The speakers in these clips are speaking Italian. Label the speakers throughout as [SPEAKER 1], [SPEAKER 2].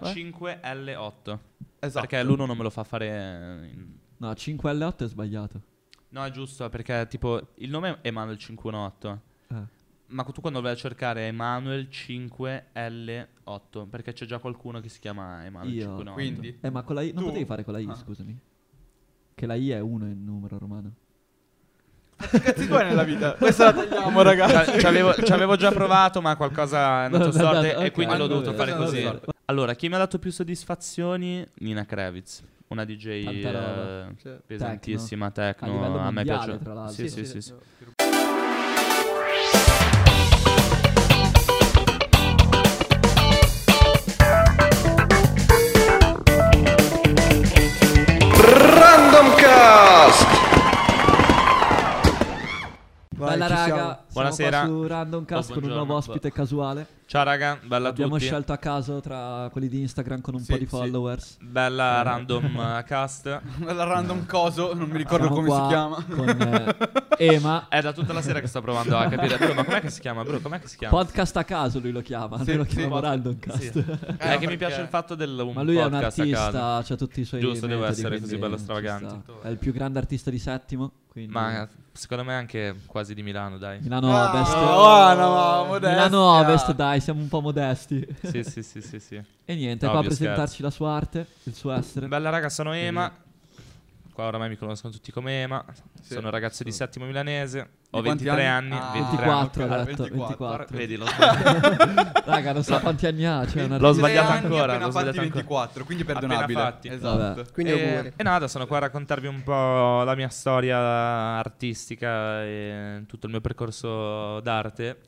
[SPEAKER 1] 5L8.
[SPEAKER 2] Eh? Esatto.
[SPEAKER 1] Perché l'1 non me lo fa fare. eh, in-
[SPEAKER 3] No, 5L8 è sbagliato.
[SPEAKER 1] No, è giusto, perché tipo il nome è Emanuel 518.
[SPEAKER 3] Ah.
[SPEAKER 1] Ma tu quando vai a cercare Emanuel 5L8, perché c'è già qualcuno che si chiama Emanuel
[SPEAKER 3] Io.
[SPEAKER 1] 518.
[SPEAKER 2] Quindi,
[SPEAKER 3] Eh, ma con la I... Non
[SPEAKER 2] Tu-
[SPEAKER 3] potevi fare con la I,
[SPEAKER 1] Ah.
[SPEAKER 3] scusami. Che la I è 1 in numero romano.
[SPEAKER 2] che cazzi tuoi nella vita? Questa la tagliamo, ragazzi.
[SPEAKER 1] Ci avevo, ci avevo già provato, ma qualcosa è andato
[SPEAKER 3] No,
[SPEAKER 1] a
[SPEAKER 3] no,
[SPEAKER 1] sorte
[SPEAKER 3] no, ok.
[SPEAKER 1] e quindi l'ho
[SPEAKER 2] Vabbè,
[SPEAKER 1] dovuto fare
[SPEAKER 2] vabbè,
[SPEAKER 1] così.
[SPEAKER 2] vabbè.
[SPEAKER 1] Allora, chi mi ha dato più soddisfazioni? Nina Kravitz, una DJ
[SPEAKER 3] Tanta roba.
[SPEAKER 1] eh,
[SPEAKER 2] Sì.
[SPEAKER 1] pesantissima, techno.
[SPEAKER 3] A livello
[SPEAKER 1] me
[SPEAKER 3] mondiale,
[SPEAKER 1] piace.
[SPEAKER 3] tra l'altro.
[SPEAKER 1] Sì, sì, sì, sì.
[SPEAKER 2] Vai,
[SPEAKER 3] Bella
[SPEAKER 2] ci siamo.
[SPEAKER 3] raga,
[SPEAKER 1] Buonasera.
[SPEAKER 3] Siamo qua su Random Cast
[SPEAKER 1] Oh,
[SPEAKER 3] con un
[SPEAKER 1] buongiorno.
[SPEAKER 3] nuovo ospite casuale.
[SPEAKER 1] Ciao raga, bella a
[SPEAKER 3] Abbiamo
[SPEAKER 1] tutti.
[SPEAKER 3] scelto a caso tra quelli di Instagram con un
[SPEAKER 2] Sì,
[SPEAKER 3] po' di
[SPEAKER 2] sì.
[SPEAKER 3] followers.
[SPEAKER 1] Bella random eh, cast.
[SPEAKER 2] La random coso, non mi ricordo
[SPEAKER 3] Siamo
[SPEAKER 2] come
[SPEAKER 3] qua
[SPEAKER 2] si chiama.
[SPEAKER 3] Con eh, Ema.
[SPEAKER 1] È da tutta la sera che sto provando a capire. Bro, ma com'è che si chiama? Bro, com'è che si chiama?
[SPEAKER 3] Podcast a caso lui lo chiama,
[SPEAKER 2] Sì,
[SPEAKER 3] noi lo
[SPEAKER 2] sì,
[SPEAKER 3] chiamiamo
[SPEAKER 2] pod-
[SPEAKER 3] Random Cast.
[SPEAKER 1] è che mi piace il fatto del un
[SPEAKER 3] Ma lui è un
[SPEAKER 1] podcast a casa.
[SPEAKER 3] artista, ha tutti i suoi
[SPEAKER 1] Giusto, deve
[SPEAKER 3] metodi,
[SPEAKER 1] essere
[SPEAKER 3] quindi
[SPEAKER 1] così bello
[SPEAKER 3] ci
[SPEAKER 1] stravagante.
[SPEAKER 3] sta. È il più grande artista di settimo, quindi
[SPEAKER 1] Ma secondo me anche quasi di Milano, dai.
[SPEAKER 3] Milano
[SPEAKER 2] Ah,
[SPEAKER 3] Ovest.
[SPEAKER 2] no, no, no, modestia.
[SPEAKER 3] Milano Ovest, dai, siamo un po' modesti.
[SPEAKER 1] Sì, sì, sì, sì, sì.
[SPEAKER 3] E niente,
[SPEAKER 1] No,
[SPEAKER 3] qua a
[SPEAKER 1] vi
[SPEAKER 3] presentarci la sua arte, il suo essere.
[SPEAKER 1] Bella raga, sono Ema. Qua oramai mi conoscono tutti come Ema. Sono un ragazzo di settimo milanese. Ho
[SPEAKER 2] Di quanti
[SPEAKER 1] 23
[SPEAKER 2] anni?
[SPEAKER 1] anni.
[SPEAKER 2] Ah,
[SPEAKER 1] 23 anni.
[SPEAKER 3] 24
[SPEAKER 2] ok,
[SPEAKER 3] ha detto, 24.
[SPEAKER 2] 24.
[SPEAKER 1] Vedi, l'ho sbagliato,
[SPEAKER 3] Raga, non so quanti anni ha, cioè una
[SPEAKER 1] L'ho sbagliato
[SPEAKER 2] Tre anni
[SPEAKER 1] ancora,
[SPEAKER 2] appena
[SPEAKER 1] l'ho
[SPEAKER 2] fatti
[SPEAKER 1] sbagliato ancora.
[SPEAKER 2] 24, quindi perdonabile.
[SPEAKER 1] Appena fatti.
[SPEAKER 2] Esatto.
[SPEAKER 3] Vabbè.
[SPEAKER 4] Quindi
[SPEAKER 1] e,
[SPEAKER 4] auguri.
[SPEAKER 1] e nada, sono qua a raccontarvi un po' la mia storia artistica e tutto il mio percorso d'arte.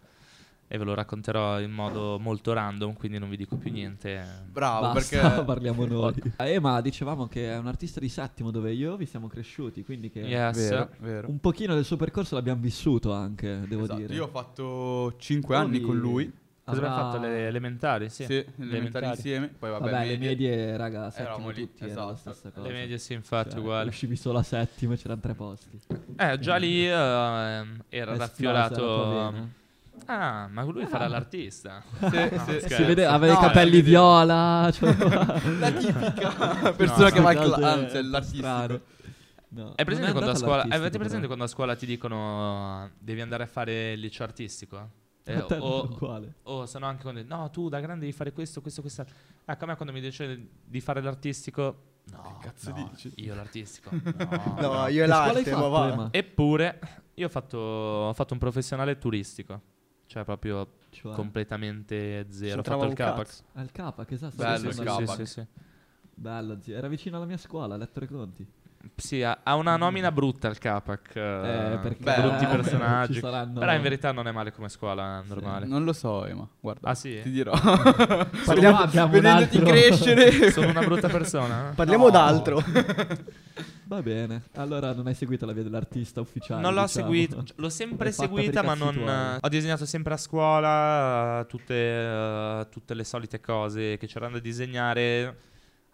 [SPEAKER 1] E ve lo racconterò in modo molto random, quindi non vi dico più niente.
[SPEAKER 2] Bravo,
[SPEAKER 3] Basta,
[SPEAKER 2] perché
[SPEAKER 3] parliamo noi. Eh, ma dicevamo che è un artista di settimo dove io vi siamo cresciuti, quindi che
[SPEAKER 1] Yes.
[SPEAKER 2] Vero, vero.
[SPEAKER 3] un pochino del suo percorso l'abbiamo vissuto anche, devo
[SPEAKER 2] Esatto,
[SPEAKER 3] dire.
[SPEAKER 2] Io ho fatto 5 anni con lui.
[SPEAKER 1] Cosa abbiamo
[SPEAKER 3] Avrà-
[SPEAKER 1] fatto? Le elementari? Sì,
[SPEAKER 2] Sì, elementari insieme, poi vabbè,
[SPEAKER 3] Vabbè, le
[SPEAKER 2] medie.
[SPEAKER 3] medie, raga, settimo
[SPEAKER 2] Eravamo lì,
[SPEAKER 3] tutti era la
[SPEAKER 2] esatto.
[SPEAKER 3] stessa cosa.
[SPEAKER 1] Le medie sì, infatti,
[SPEAKER 3] Cioè,
[SPEAKER 1] uguale.
[SPEAKER 3] Uscivi solo a settimo e c'erano tre posti.
[SPEAKER 1] Eh, già lì eh, ehm, era
[SPEAKER 3] Esplosa la tua
[SPEAKER 1] raffiorato.
[SPEAKER 3] vena.
[SPEAKER 1] Ah, ma lui farà l'artista.
[SPEAKER 2] Sì, sì,
[SPEAKER 1] scherzo.
[SPEAKER 3] Si vede,
[SPEAKER 1] Certo.
[SPEAKER 3] aveva
[SPEAKER 2] No, eh,
[SPEAKER 3] i capelli
[SPEAKER 2] si vede.
[SPEAKER 3] viola, cioè
[SPEAKER 2] La tipica persona che
[SPEAKER 3] queste
[SPEAKER 2] va in cla-
[SPEAKER 3] cose
[SPEAKER 2] anzi, è
[SPEAKER 3] un po' strane.
[SPEAKER 2] l'artistico.
[SPEAKER 3] No,
[SPEAKER 1] È presente
[SPEAKER 3] non
[SPEAKER 1] quando a
[SPEAKER 3] andata
[SPEAKER 1] scuola,
[SPEAKER 3] all'artistico,
[SPEAKER 1] avete
[SPEAKER 3] però.
[SPEAKER 1] presente quando a scuola ti dicono devi andare a fare il liceo artistico? Eh,
[SPEAKER 3] A te non è
[SPEAKER 1] o,
[SPEAKER 3] uguale.
[SPEAKER 1] o sono anche quando no, tu da grande devi fare questo, questo, quest'altro. Ecco, a me quando mi dice di fare l'artistico, no,
[SPEAKER 2] cazzo
[SPEAKER 1] no,
[SPEAKER 2] dici?
[SPEAKER 1] io l'artistico, no,
[SPEAKER 4] No,
[SPEAKER 1] no.
[SPEAKER 4] io e
[SPEAKER 3] Che scuola hai
[SPEAKER 4] l'arte, ma
[SPEAKER 3] fatto,
[SPEAKER 4] va.
[SPEAKER 3] Ema?
[SPEAKER 1] Eh, Eppure, io ho fatto, ho fatto un professionale turistico, cioè proprio
[SPEAKER 3] Cioè,
[SPEAKER 1] completamente zero. Ho
[SPEAKER 4] C'entrava
[SPEAKER 1] fatto il
[SPEAKER 4] un
[SPEAKER 1] Capax.
[SPEAKER 3] al Capac, esatto.
[SPEAKER 2] Bello
[SPEAKER 3] sì,
[SPEAKER 2] il
[SPEAKER 3] sì,
[SPEAKER 2] Capac.
[SPEAKER 1] Sì, sì, sì.
[SPEAKER 3] sì. Bello, zio. Era vicino alla mia scuola, lettere conti.
[SPEAKER 1] Sì, ha ha una nomina brutta il Capac.
[SPEAKER 3] Mm. Eh, perché
[SPEAKER 2] beh,
[SPEAKER 1] brutti
[SPEAKER 3] ci
[SPEAKER 2] eh,
[SPEAKER 1] personaggi.
[SPEAKER 3] saranno-
[SPEAKER 1] Però in verità non è male come scuola eh, normale.
[SPEAKER 2] Non lo so, Ema, guarda.
[SPEAKER 1] Ah, sì?
[SPEAKER 2] Ti dirò.
[SPEAKER 3] Parliamo- abbiamo un
[SPEAKER 2] vedendoti
[SPEAKER 3] altro-
[SPEAKER 2] crescere.
[SPEAKER 1] Sono una brutta persona. eh?
[SPEAKER 4] Parliamo
[SPEAKER 2] No.
[SPEAKER 4] d'altro.
[SPEAKER 3] Va bene. Allora non hai seguito la via dell'artista ufficiale.
[SPEAKER 1] Non l'ho
[SPEAKER 3] diciamo.
[SPEAKER 1] seguita, l'ho sempre
[SPEAKER 3] L'hai fatta per i
[SPEAKER 1] seguita, ma
[SPEAKER 3] cazzi
[SPEAKER 1] non. eh,
[SPEAKER 3] tuoi.
[SPEAKER 1] Ho disegnato sempre a scuola eh, tutte, eh, tutte le solite cose che c'erano da disegnare.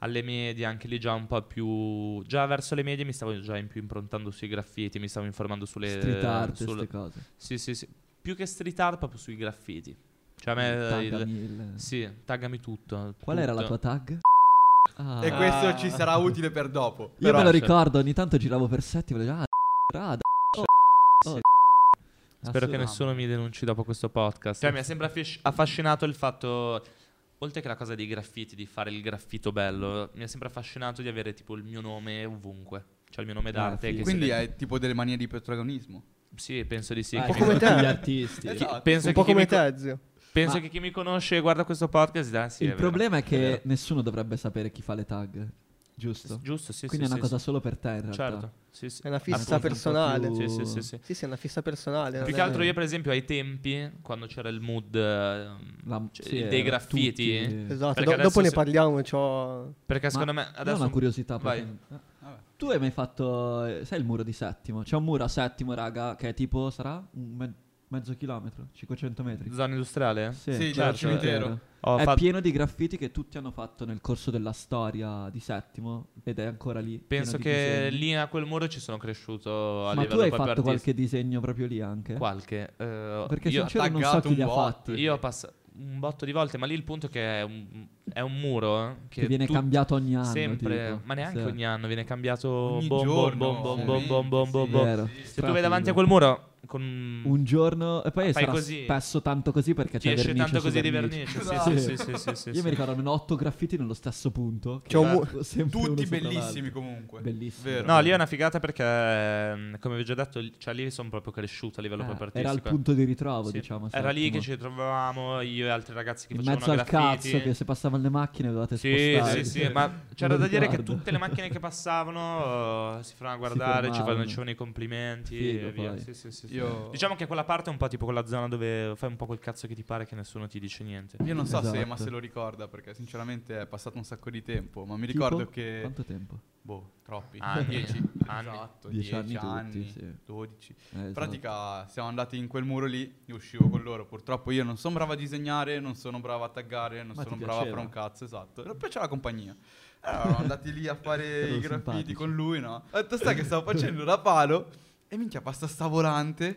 [SPEAKER 1] Alle medie, anche lì già un po' più. Già verso le medie mi stavo già in più improntando sui graffiti, mi stavo informando sulle.
[SPEAKER 3] Street art,
[SPEAKER 1] sul-
[SPEAKER 3] queste cose.
[SPEAKER 1] Sì, sì, sì. Più che street art, proprio sui graffiti. Cioè, a me.
[SPEAKER 3] Tagga
[SPEAKER 1] Il...
[SPEAKER 3] mille.
[SPEAKER 1] Sì, taggami tutto.
[SPEAKER 3] Qual era la
[SPEAKER 1] tutto.
[SPEAKER 3] tua tag? Ah.
[SPEAKER 2] E questo ci sarà utile per dopo.
[SPEAKER 3] Io me lo
[SPEAKER 1] cioè-
[SPEAKER 3] ricordo, ogni tanto giravo per settimo e dicevo, ah, rada, oh, oh,
[SPEAKER 1] Spero che
[SPEAKER 3] assurdo.
[SPEAKER 1] nessuno mi denunci dopo questo podcast. Cioè, mi ha sempre affis- affascinato il fatto. Oltre che la cosa dei graffiti, di fare il graffito bello, mi ha sempre affascinato di avere tipo il mio nome ovunque. Cioè il mio nome d'arte.
[SPEAKER 3] Eh, figo.
[SPEAKER 1] che
[SPEAKER 2] Quindi
[SPEAKER 1] si vede-
[SPEAKER 2] hai tipo delle manie di protagonismo.
[SPEAKER 1] Sì, penso di sì.
[SPEAKER 3] Ah,
[SPEAKER 1] Chi
[SPEAKER 4] po'
[SPEAKER 1] mi-
[SPEAKER 4] come
[SPEAKER 3] tutti
[SPEAKER 4] te.
[SPEAKER 3] gli artisti.
[SPEAKER 2] Esatto.
[SPEAKER 1] penso
[SPEAKER 4] Un
[SPEAKER 1] che
[SPEAKER 4] po'
[SPEAKER 1] chi mi
[SPEAKER 4] come
[SPEAKER 1] co-
[SPEAKER 4] te, zio.
[SPEAKER 1] penso
[SPEAKER 3] Ma-
[SPEAKER 1] che chi mi conosce e guarda questo podcast dirà sì. è
[SPEAKER 3] Il
[SPEAKER 1] vero,
[SPEAKER 3] problema è
[SPEAKER 1] è
[SPEAKER 3] che
[SPEAKER 1] vero.
[SPEAKER 3] nessuno dovrebbe sapere chi fa le tag, giusto?
[SPEAKER 1] Giusto, sì,
[SPEAKER 3] Quindi
[SPEAKER 1] sì,
[SPEAKER 3] è una
[SPEAKER 1] sì,
[SPEAKER 3] cosa
[SPEAKER 1] sì.
[SPEAKER 3] solo per te, in realtà.
[SPEAKER 1] Certo. Sì, sì.
[SPEAKER 4] È una
[SPEAKER 3] Una cosa
[SPEAKER 4] fissa
[SPEAKER 3] un po'
[SPEAKER 4] personale.
[SPEAKER 1] Sì,
[SPEAKER 3] più-
[SPEAKER 1] sì, sì, sì.
[SPEAKER 4] Sì, sì, è una fissa personale. non
[SPEAKER 1] Più
[SPEAKER 4] è-
[SPEAKER 1] che altro io per esempio ai tempi, quando c'era il mood eh,
[SPEAKER 3] La-
[SPEAKER 1] cioè,
[SPEAKER 3] sì,
[SPEAKER 1] dei
[SPEAKER 3] era
[SPEAKER 1] graffiti,
[SPEAKER 3] tutti-
[SPEAKER 4] Esatto,
[SPEAKER 1] Perché
[SPEAKER 4] do-
[SPEAKER 1] adesso
[SPEAKER 4] dopo ne
[SPEAKER 1] se-
[SPEAKER 4] parliamo. C'ho...
[SPEAKER 1] perché secondo
[SPEAKER 3] Ma
[SPEAKER 1] me
[SPEAKER 3] Io ho
[SPEAKER 1] adesso
[SPEAKER 3] una curiosità
[SPEAKER 1] Vai.
[SPEAKER 3] perché- eh, Tu hai mai fatto eh, Sai il muro di settimo? C'è un muro a settimo, raga Che è tipo Sarà un me- mezzo chilometro 500 metri
[SPEAKER 1] zona industriale?
[SPEAKER 2] Sì,
[SPEAKER 3] c'è
[SPEAKER 2] c'è
[SPEAKER 1] il cimitero. Ho
[SPEAKER 3] È
[SPEAKER 1] fatto-
[SPEAKER 3] pieno di graffiti che tutti hanno fatto nel corso della storia di settimo Ed è ancora lì pieno
[SPEAKER 1] Penso
[SPEAKER 3] di
[SPEAKER 1] che
[SPEAKER 3] disegni.
[SPEAKER 1] lì a quel muro ci sono cresciuto a
[SPEAKER 3] Ma
[SPEAKER 1] livello
[SPEAKER 3] tu hai
[SPEAKER 1] proprio
[SPEAKER 3] fatto
[SPEAKER 1] artistico.
[SPEAKER 3] qualche disegno proprio lì anche?
[SPEAKER 1] qualche eh,
[SPEAKER 3] Perché
[SPEAKER 1] io,
[SPEAKER 3] sincero non so
[SPEAKER 2] taggato
[SPEAKER 3] chi li
[SPEAKER 2] un
[SPEAKER 3] ha
[SPEAKER 2] botto.
[SPEAKER 3] fatti
[SPEAKER 1] io ho passato un botto di volte, ma lì il punto è che è un, è un muro eh,
[SPEAKER 3] Che viene
[SPEAKER 1] tu-
[SPEAKER 3] cambiato ogni anno.
[SPEAKER 1] sempre,
[SPEAKER 3] tipo.
[SPEAKER 1] ma neanche
[SPEAKER 3] Sì.
[SPEAKER 1] ogni anno viene cambiato
[SPEAKER 2] Ogni
[SPEAKER 1] bom, bom, bom,
[SPEAKER 2] giorno,
[SPEAKER 1] bom, bom,
[SPEAKER 2] ovviamente,
[SPEAKER 1] bom, bom, bom,
[SPEAKER 2] sì.
[SPEAKER 1] bom.
[SPEAKER 3] Vero.
[SPEAKER 1] Se tu vai davanti a
[SPEAKER 3] Strafigo.
[SPEAKER 1] quel muro con
[SPEAKER 3] Un giorno. E poi
[SPEAKER 1] Fai
[SPEAKER 3] sarà
[SPEAKER 1] così.
[SPEAKER 3] spesso tanto così perché
[SPEAKER 1] ti
[SPEAKER 3] c'è
[SPEAKER 1] esce
[SPEAKER 3] vernice
[SPEAKER 1] tanto
[SPEAKER 3] su
[SPEAKER 1] così di
[SPEAKER 3] vernice.
[SPEAKER 1] vernice, sì,
[SPEAKER 2] Esatto.
[SPEAKER 1] sì, sì, sì, sì, sì,
[SPEAKER 3] Io
[SPEAKER 1] sì.
[SPEAKER 3] mi ricordo almeno otto graffiti nello stesso punto. che
[SPEAKER 4] C'è un mu-
[SPEAKER 3] era sempre uno
[SPEAKER 2] Tutti
[SPEAKER 3] sopra
[SPEAKER 2] bellissimi
[SPEAKER 3] l'altro.
[SPEAKER 2] comunque.
[SPEAKER 3] Bellissimi.
[SPEAKER 2] Vero.
[SPEAKER 1] No, lì è una figata perché, ehm, come vi ho già detto, l- cioè, lì sono proprio cresciuto a livello
[SPEAKER 3] Eh,
[SPEAKER 1] proprio
[SPEAKER 3] era
[SPEAKER 1] artistico.
[SPEAKER 3] il punto di ritrovo,
[SPEAKER 1] Sì.
[SPEAKER 3] diciamo.
[SPEAKER 1] Era lì che
[SPEAKER 3] settimo.
[SPEAKER 1] ci trovavamo io e altri ragazzi che
[SPEAKER 3] In
[SPEAKER 1] facevano
[SPEAKER 3] mezzo al
[SPEAKER 1] graffiti.
[SPEAKER 3] cazzo, che se passavano le macchine dovevate
[SPEAKER 1] Sì,
[SPEAKER 3] spostare.
[SPEAKER 1] sì, sì, ma c'era da dire che
[SPEAKER 3] ricordo.
[SPEAKER 1] tutte le macchine che passavano eh, si fermavano a guardare, ci
[SPEAKER 3] fermavano.
[SPEAKER 1] fanno- ci fanno i complimenti
[SPEAKER 3] Figo,
[SPEAKER 1] e via.
[SPEAKER 3] poi.
[SPEAKER 1] Sì, sì, sì, sì.
[SPEAKER 2] Io...
[SPEAKER 1] Diciamo che quella parte è un po' tipo quella zona dove fai un po' quel cazzo che ti pare che nessuno ti dice niente.
[SPEAKER 2] Io non so se,
[SPEAKER 3] Esatto.
[SPEAKER 2] ma se lo ricorda perché sinceramente è passato un sacco di tempo, ma mi
[SPEAKER 3] Tipo?
[SPEAKER 2] ricordo che...
[SPEAKER 3] Quanto tempo?
[SPEAKER 2] Boh, troppi.
[SPEAKER 1] Anni.
[SPEAKER 2] 10,
[SPEAKER 1] Anni.
[SPEAKER 2] esatto,
[SPEAKER 3] Dieci
[SPEAKER 2] 10 anni,
[SPEAKER 3] anni tutti, sì.
[SPEAKER 2] 12.
[SPEAKER 3] Eh,
[SPEAKER 2] In
[SPEAKER 3] esatto.
[SPEAKER 2] pratica siamo andati in quel muro lì, io uscivo con loro, purtroppo io non sono bravo a disegnare, non sono bravo a taggare, non
[SPEAKER 3] Ma ti
[SPEAKER 2] sono bravo a fare
[SPEAKER 3] piaceva?
[SPEAKER 2] un cazzo, esatto. Però piaceva la compagnia. Allora eravamo andati lì a fare
[SPEAKER 3] Erano
[SPEAKER 2] i graffiti
[SPEAKER 3] simpatici.
[SPEAKER 2] con lui, no? Ho detto sai che stavo facendo da palo e minchia passa sta volante